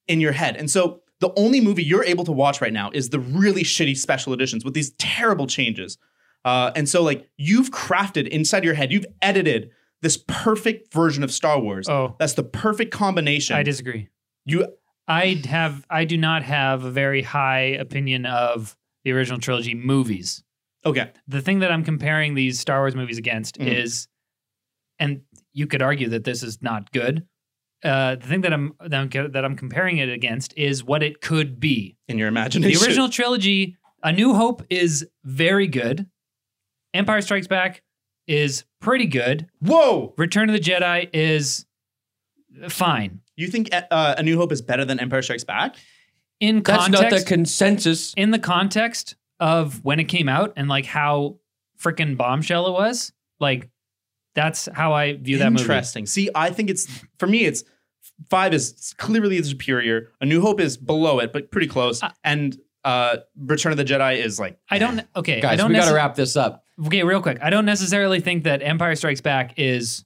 Speaker 3: in your head. And so the only movie you're able to watch right now is the really shitty special editions with these terrible changes. Uh, and so, like, you've crafted inside your head, you've edited this perfect version of Star Wars.
Speaker 2: Oh,
Speaker 3: That's the perfect combination.
Speaker 2: I disagree.
Speaker 3: you
Speaker 2: I have. I do not have a very high opinion of the original trilogy movies.
Speaker 3: okay?
Speaker 2: the thing that I'm comparing these Star Wars movies against
Speaker 1: Mm-hmm.
Speaker 3: Mhm.
Speaker 2: is, and you could argue that this is not good. Uh, the thing that I'm, that I'm co- that I'm comparing it against is what it
Speaker 1: (laughs)
Speaker 2: could be.
Speaker 3: In your
Speaker 2: The
Speaker 3: imagination,
Speaker 2: original trilogy, A New Hope, is very good. Empire Strikes Back is pretty good.
Speaker 3: Whoa!
Speaker 2: Return of the Jedi is fine.
Speaker 3: You think uh, A New Hope is better than Empire Strikes Back?
Speaker 2: In
Speaker 1: That's
Speaker 2: context,
Speaker 1: not the consensus.
Speaker 2: in the context of when it came out and like how freaking bombshell it was, like that's how I view that movie.
Speaker 3: Interesting. See, I think it's for me. It's five is clearly the superior. A New Hope is below it, but pretty close.
Speaker 2: Ah.
Speaker 3: and uh, Return of the Jedi is like
Speaker 2: I don't okay. I
Speaker 1: Guys,
Speaker 2: don't
Speaker 1: we got to
Speaker 2: necess-
Speaker 1: wrap this up.
Speaker 2: okay, real quick. I don't necessarily think that Empire Strikes Back is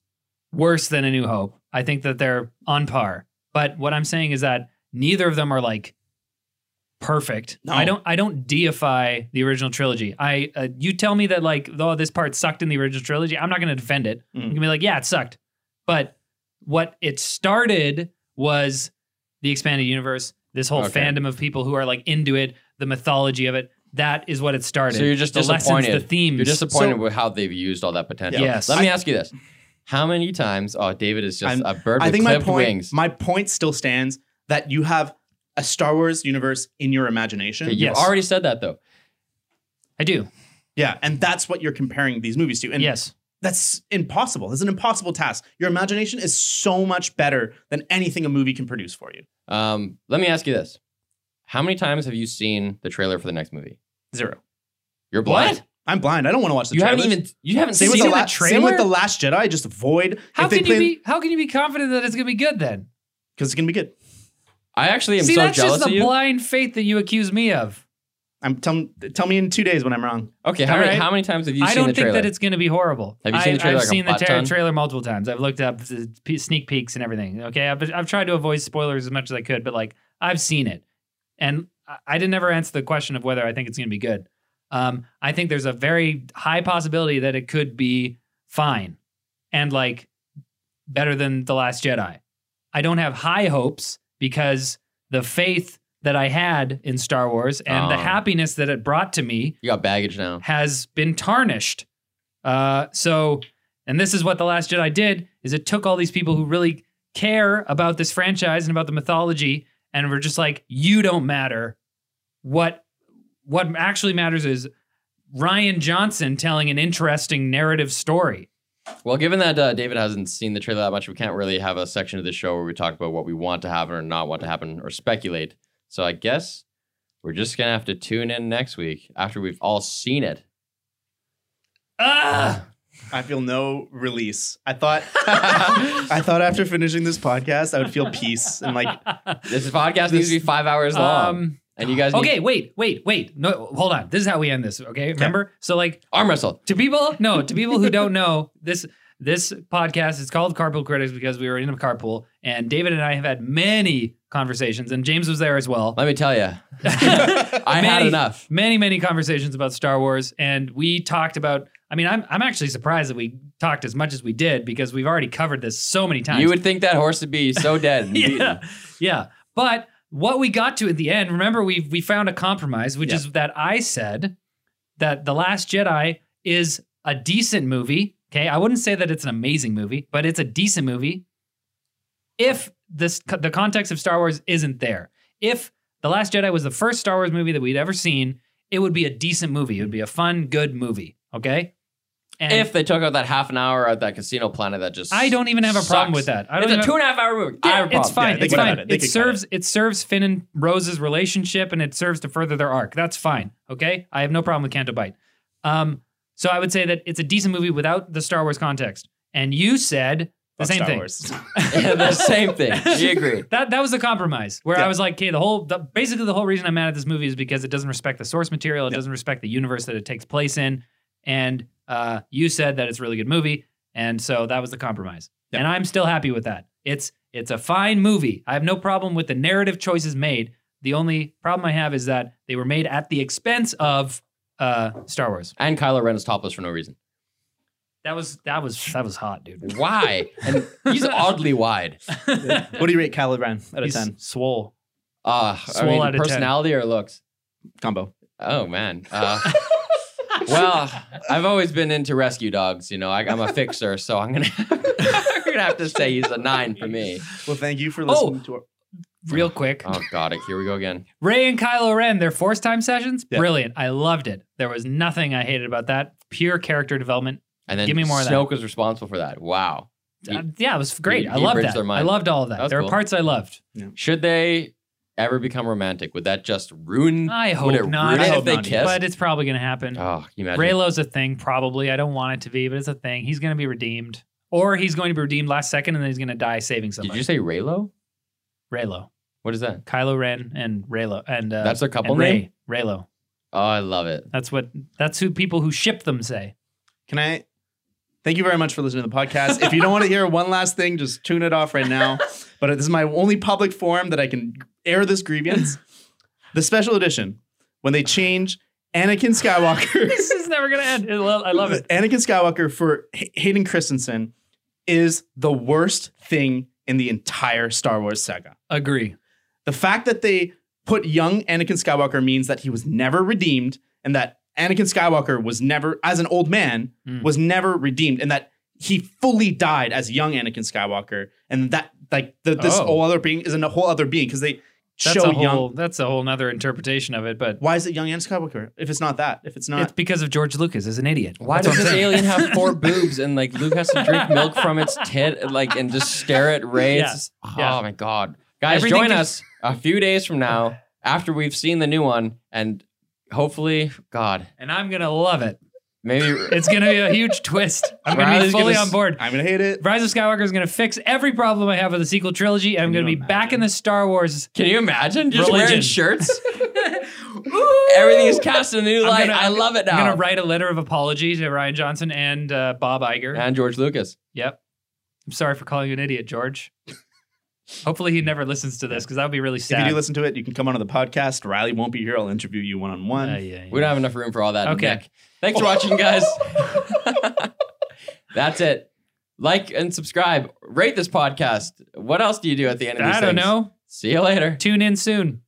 Speaker 2: worse than A New Hope. I think that they're on par. But what I'm saying is that neither of them are like perfect.
Speaker 3: No.
Speaker 2: I don't I don't deify the original trilogy. I uh, you tell me that like oh this part sucked in the original trilogy, I'm not going to defend it.
Speaker 1: Hmm.
Speaker 3: Mm.
Speaker 2: You can be like, "Yeah, it sucked." But what it started was the expanded universe, this whole
Speaker 1: Okay.
Speaker 2: fandom of people who are like into it, the mythology of it. That is what it started.
Speaker 1: So you're just
Speaker 2: the lessons, the
Speaker 1: disappointed.
Speaker 2: themes.
Speaker 1: You're disappointed
Speaker 2: Hmm, So-
Speaker 1: with how they've used all that potential.
Speaker 2: Yes.
Speaker 1: Let me ask you this: How many times? Oh, David is just
Speaker 3: I'm-
Speaker 1: a bird with
Speaker 3: I think my
Speaker 1: clipped
Speaker 3: point.
Speaker 1: wings.
Speaker 3: My point still stands that you have a Star Wars universe in your imagination.
Speaker 1: Okay, you've
Speaker 2: Yes.
Speaker 1: already said that though.
Speaker 2: I do.
Speaker 3: Yeah, and that's what you're comparing these movies to. And
Speaker 2: yes.
Speaker 3: that's impossible. That's an impossible task. Your imagination is so much better than anything a movie can produce for you.
Speaker 1: Um, let me ask you this: How many times have you seen the trailer for the next movie?
Speaker 3: Zero.
Speaker 1: You're blind.
Speaker 3: I'm blind. I don't want to watch the
Speaker 1: You haven't
Speaker 3: trailers.
Speaker 1: even. You haven't
Speaker 3: Same
Speaker 1: seen
Speaker 3: with, the
Speaker 1: it.
Speaker 2: la-
Speaker 3: last. same with
Speaker 2: trailer?
Speaker 3: the Last Jedi. Just avoid.
Speaker 2: How
Speaker 3: if they
Speaker 2: can you be how can you be confident that it's gonna be good then?
Speaker 3: Because it's gonna be good.
Speaker 1: I actually am
Speaker 2: See,
Speaker 1: so
Speaker 2: that's
Speaker 1: jealous
Speaker 2: just the
Speaker 1: of you.
Speaker 2: blind faith that you accuse me of.
Speaker 3: I'm tell, tell me in two days when I'm wrong.
Speaker 1: okay, how many,
Speaker 2: Alright.
Speaker 1: how many times have you
Speaker 2: I
Speaker 1: seen
Speaker 2: don't
Speaker 1: the
Speaker 2: think
Speaker 1: trailer?
Speaker 2: that it's gonna be horrible.
Speaker 1: Have you seen
Speaker 2: I,
Speaker 1: the trailer
Speaker 2: I've
Speaker 1: like a
Speaker 2: seen the
Speaker 1: butt ton?
Speaker 2: trailer multiple times. I've looked up the p- sneak peeks and everything. Okay, I've, I've tried to avoid spoilers as much as I could, but like I've seen it, and I, I didn't ever answer the question of whether I think it's gonna be good. Um, I think there's a very high possibility that it could be fine, and like better than The Last Jedi. I don't have high hopes because the faith that I had in Star Wars and the
Speaker 1: Oh.
Speaker 2: happiness that it brought to me
Speaker 1: you got baggage now.
Speaker 2: has been tarnished. Uh, so, and this is what The Last Jedi did is it took all these people who really care about this franchise and about the mythology and were just like, you don't matter. What what actually matters is Ryan Johnson telling an interesting narrative story.
Speaker 1: Well, given that uh, David hasn't seen the trailer that much, we can't really have a section of the show where we talk about what we want to happen or not want to happen or speculate. So I guess we're just gonna have to tune in next week after we've all seen it.
Speaker 2: Ah!
Speaker 3: I feel no release. I (laughs) thought I thought after finishing this podcast, I would feel peace and (laughs) like
Speaker 1: This podcast needs to be five hours long,
Speaker 2: Um,
Speaker 1: and you guys need
Speaker 2: okay, wait, wait, wait. No, hold on. This is how we end this. Okay, remember? So like
Speaker 1: arm wrestle.
Speaker 2: to people, no, to people who don't know this this podcast is called Carpool Critics because we were in a carpool, and David and I have had many conversations, and James was there as well.
Speaker 1: Let me tell
Speaker 2: (laughs)
Speaker 1: you, I had
Speaker 2: Many-
Speaker 1: enough.
Speaker 2: Many, many conversations about Star Wars, and we talked about. I mean, I'm I'm actually surprised that we talked as much as we did because we've already covered this so many times.
Speaker 1: You would think that horse would be so dead. and
Speaker 2: (laughs) yeah,
Speaker 1: beaten.
Speaker 2: yeah. But what we got to at the end, remember we we found a compromise, which is that I said that The Last Jedi is a decent movie. Okay, I wouldn't say that it's an amazing movie, but it's a decent movie. If this the context of Star Wars isn't there, if The Last Jedi was the first Star Wars movie that we'd ever seen, it would be a decent movie. It would be a fun, good movie. Okay, and
Speaker 1: If they took out that half an hour at that casino planet, that just
Speaker 2: I don't even have a problem
Speaker 1: sucks.
Speaker 2: with that. I don't
Speaker 1: It's a
Speaker 2: even-
Speaker 1: two and a half hour movie. I
Speaker 2: yeah,
Speaker 1: have a
Speaker 2: it's
Speaker 1: problem.
Speaker 2: fine.
Speaker 3: Yeah, they
Speaker 2: it's
Speaker 3: could cut
Speaker 2: fine.
Speaker 3: it. They
Speaker 2: It
Speaker 3: could cut
Speaker 2: serves it. serves Finn and Rose's relationship, and it serves to further their arc. That's fine. Okay, I have no problem with Canto Bite. Um, so I would say that it's a decent movie without the Star Wars context. And you said the
Speaker 3: Fuck
Speaker 2: same
Speaker 3: Star
Speaker 2: thing.
Speaker 3: Wars.
Speaker 1: (laughs) the same thing.
Speaker 2: (laughs)
Speaker 1: She agreed.
Speaker 2: That that was a compromise where
Speaker 3: Yeah.
Speaker 2: I was like, okay, the whole the, basically the whole reason I'm mad at this movie is because it doesn't respect the source material, it doesn't respect the universe that it takes place in, and uh, you said that it's a really good movie, and so that was the compromise,
Speaker 3: Yeah.
Speaker 2: and I'm still happy with that. It's it's a fine movie. I have no problem with the narrative choices made. The only problem I have is that they were made at the expense of uh, Star Wars.
Speaker 1: And Kylo Ren is topless for no reason.
Speaker 2: That was that was that was hot, dude.
Speaker 1: Why? And
Speaker 2: (laughs)
Speaker 1: he's oddly wide.
Speaker 3: what do you rate Caliban out of
Speaker 2: He's
Speaker 3: ten?
Speaker 2: swole.
Speaker 1: Uh, I
Speaker 2: Swole
Speaker 1: mean,
Speaker 2: out of 10.
Speaker 1: personality or looks?
Speaker 3: Combo.
Speaker 1: Oh man.
Speaker 2: (laughs)
Speaker 1: Uh, well, I've always been into rescue dogs. You know, I, I'm a fixer, so I'm gonna (laughs) I'm gonna have to say he's a nine for me.
Speaker 3: Well, thank you for listening to our
Speaker 2: Real quick.
Speaker 1: Oh god, it. Here we go again.
Speaker 2: Ray and Kylo Ren, their force time sessions,
Speaker 3: Yeah.
Speaker 2: brilliant. I loved it. There was nothing I hated about that. Pure character development.
Speaker 1: And then
Speaker 2: Give me more of that.
Speaker 1: Snoke was responsible for that. Wow.
Speaker 2: Uh, yeah, it was great.
Speaker 1: you-
Speaker 2: I
Speaker 1: you
Speaker 2: loved
Speaker 1: bridged
Speaker 2: that.
Speaker 1: their
Speaker 2: I
Speaker 1: mind.
Speaker 2: loved all of that.
Speaker 1: That was
Speaker 2: there were
Speaker 1: cool.
Speaker 2: parts I loved.
Speaker 1: Should they ever become romantic? Would that just ruin?
Speaker 2: I
Speaker 1: would
Speaker 2: hope
Speaker 1: it
Speaker 2: not.
Speaker 1: Ruin
Speaker 3: I
Speaker 1: it
Speaker 3: hope
Speaker 1: if they
Speaker 3: not either.
Speaker 1: kissed?
Speaker 2: But it's probably gonna happen.
Speaker 1: oh, can you imagine.
Speaker 2: Raylo's a thing, probably. I don't want it to be, but it's a thing. He's gonna be redeemed, or he's going to be redeemed last second, and then he's gonna die saving
Speaker 1: Did
Speaker 2: somebody.
Speaker 1: you say Raylo?
Speaker 2: Raylo,
Speaker 1: What is that?
Speaker 2: Kylo Ren, and Raylo, and uh,
Speaker 1: That's their couple
Speaker 2: and
Speaker 1: name.
Speaker 2: Ray. Raylo.
Speaker 1: Oh, I love it.
Speaker 2: That's what. That's who people who ship them say. (laughs)
Speaker 3: Can I? Thank you very much for listening to the podcast. If you don't want to hear one last thing, just tune it off right now. But this is my only public forum that I can air this grievance. The special edition, when they change Anakin Skywalker. (laughs)
Speaker 2: this is never gonna end. I love, I love
Speaker 1: (laughs)
Speaker 2: it.
Speaker 3: Anakin Skywalker for Hay- Hayden Christensen is the worst thing in the entire Star Wars saga.
Speaker 2: Agree.
Speaker 3: The fact that they put young Anakin Skywalker means that he was never redeemed and that Anakin Skywalker was never, as an old man,
Speaker 2: Mm.
Speaker 3: was never redeemed and that he fully died as young Anakin Skywalker. And that, like, the, this
Speaker 2: Oh.
Speaker 3: whole other being is a whole other being because they
Speaker 2: That's
Speaker 3: show
Speaker 2: a whole.
Speaker 3: young.
Speaker 2: That's a whole nother interpretation of it, but.
Speaker 3: Why is it young Anakin Skywalker if it's not that? If it's not.
Speaker 2: It's because of George Lucas is an idiot.
Speaker 1: Why
Speaker 2: That's
Speaker 1: does
Speaker 2: what I'm
Speaker 1: this
Speaker 2: saying.
Speaker 1: alien have
Speaker 2: (laughs)
Speaker 1: four boobs and like Luke has to drink milk from its tit and, like and just stare at Ray? It's
Speaker 2: Yeah.
Speaker 1: just- Oh
Speaker 2: Yeah.
Speaker 1: my god. Guys,
Speaker 2: Everything
Speaker 1: join
Speaker 2: is-
Speaker 1: us a few days from now after we've seen the new one and hopefully God,
Speaker 2: And I'm gonna love (laughs) it.
Speaker 1: maybe
Speaker 2: It's gonna be a huge twist. I'm gonna be
Speaker 1: Riley's
Speaker 2: fully
Speaker 1: gonna
Speaker 2: on board.
Speaker 3: I'm going to hate it.
Speaker 2: Rise of Skywalker is going to fix every problem I have with the sequel trilogy. and I'm
Speaker 3: Can you
Speaker 2: going to be back in the Star Wars.
Speaker 1: Can you imagine just
Speaker 2: Religion.
Speaker 1: wearing
Speaker 2: (laughs)
Speaker 1: shirts? Everything is cast in a new
Speaker 2: I'm
Speaker 1: light.
Speaker 2: gonna-
Speaker 1: I love it now.
Speaker 2: I'm going to write a letter of apology to Ryan Johnson and uh, Bob Iger.
Speaker 1: and George Lucas.
Speaker 2: yep. I'm sorry for calling you an idiot, George. Hopefully he never listens to this because that would be really
Speaker 3: If you
Speaker 2: sad.
Speaker 3: do listen to it, you can come onto the podcast. Riley won't be here. I'll interview you one on
Speaker 2: Uh,
Speaker 3: one.
Speaker 2: yeah, yeah.
Speaker 1: We don't have enough room for all that. in
Speaker 2: Okay.
Speaker 1: Nick. Thanks for watching, guys. (laughs) That's it. Like and subscribe. Rate this podcast. What else do you do at the end of these
Speaker 2: I don't
Speaker 1: things?
Speaker 2: know.
Speaker 1: See you later.
Speaker 2: Tune in soon.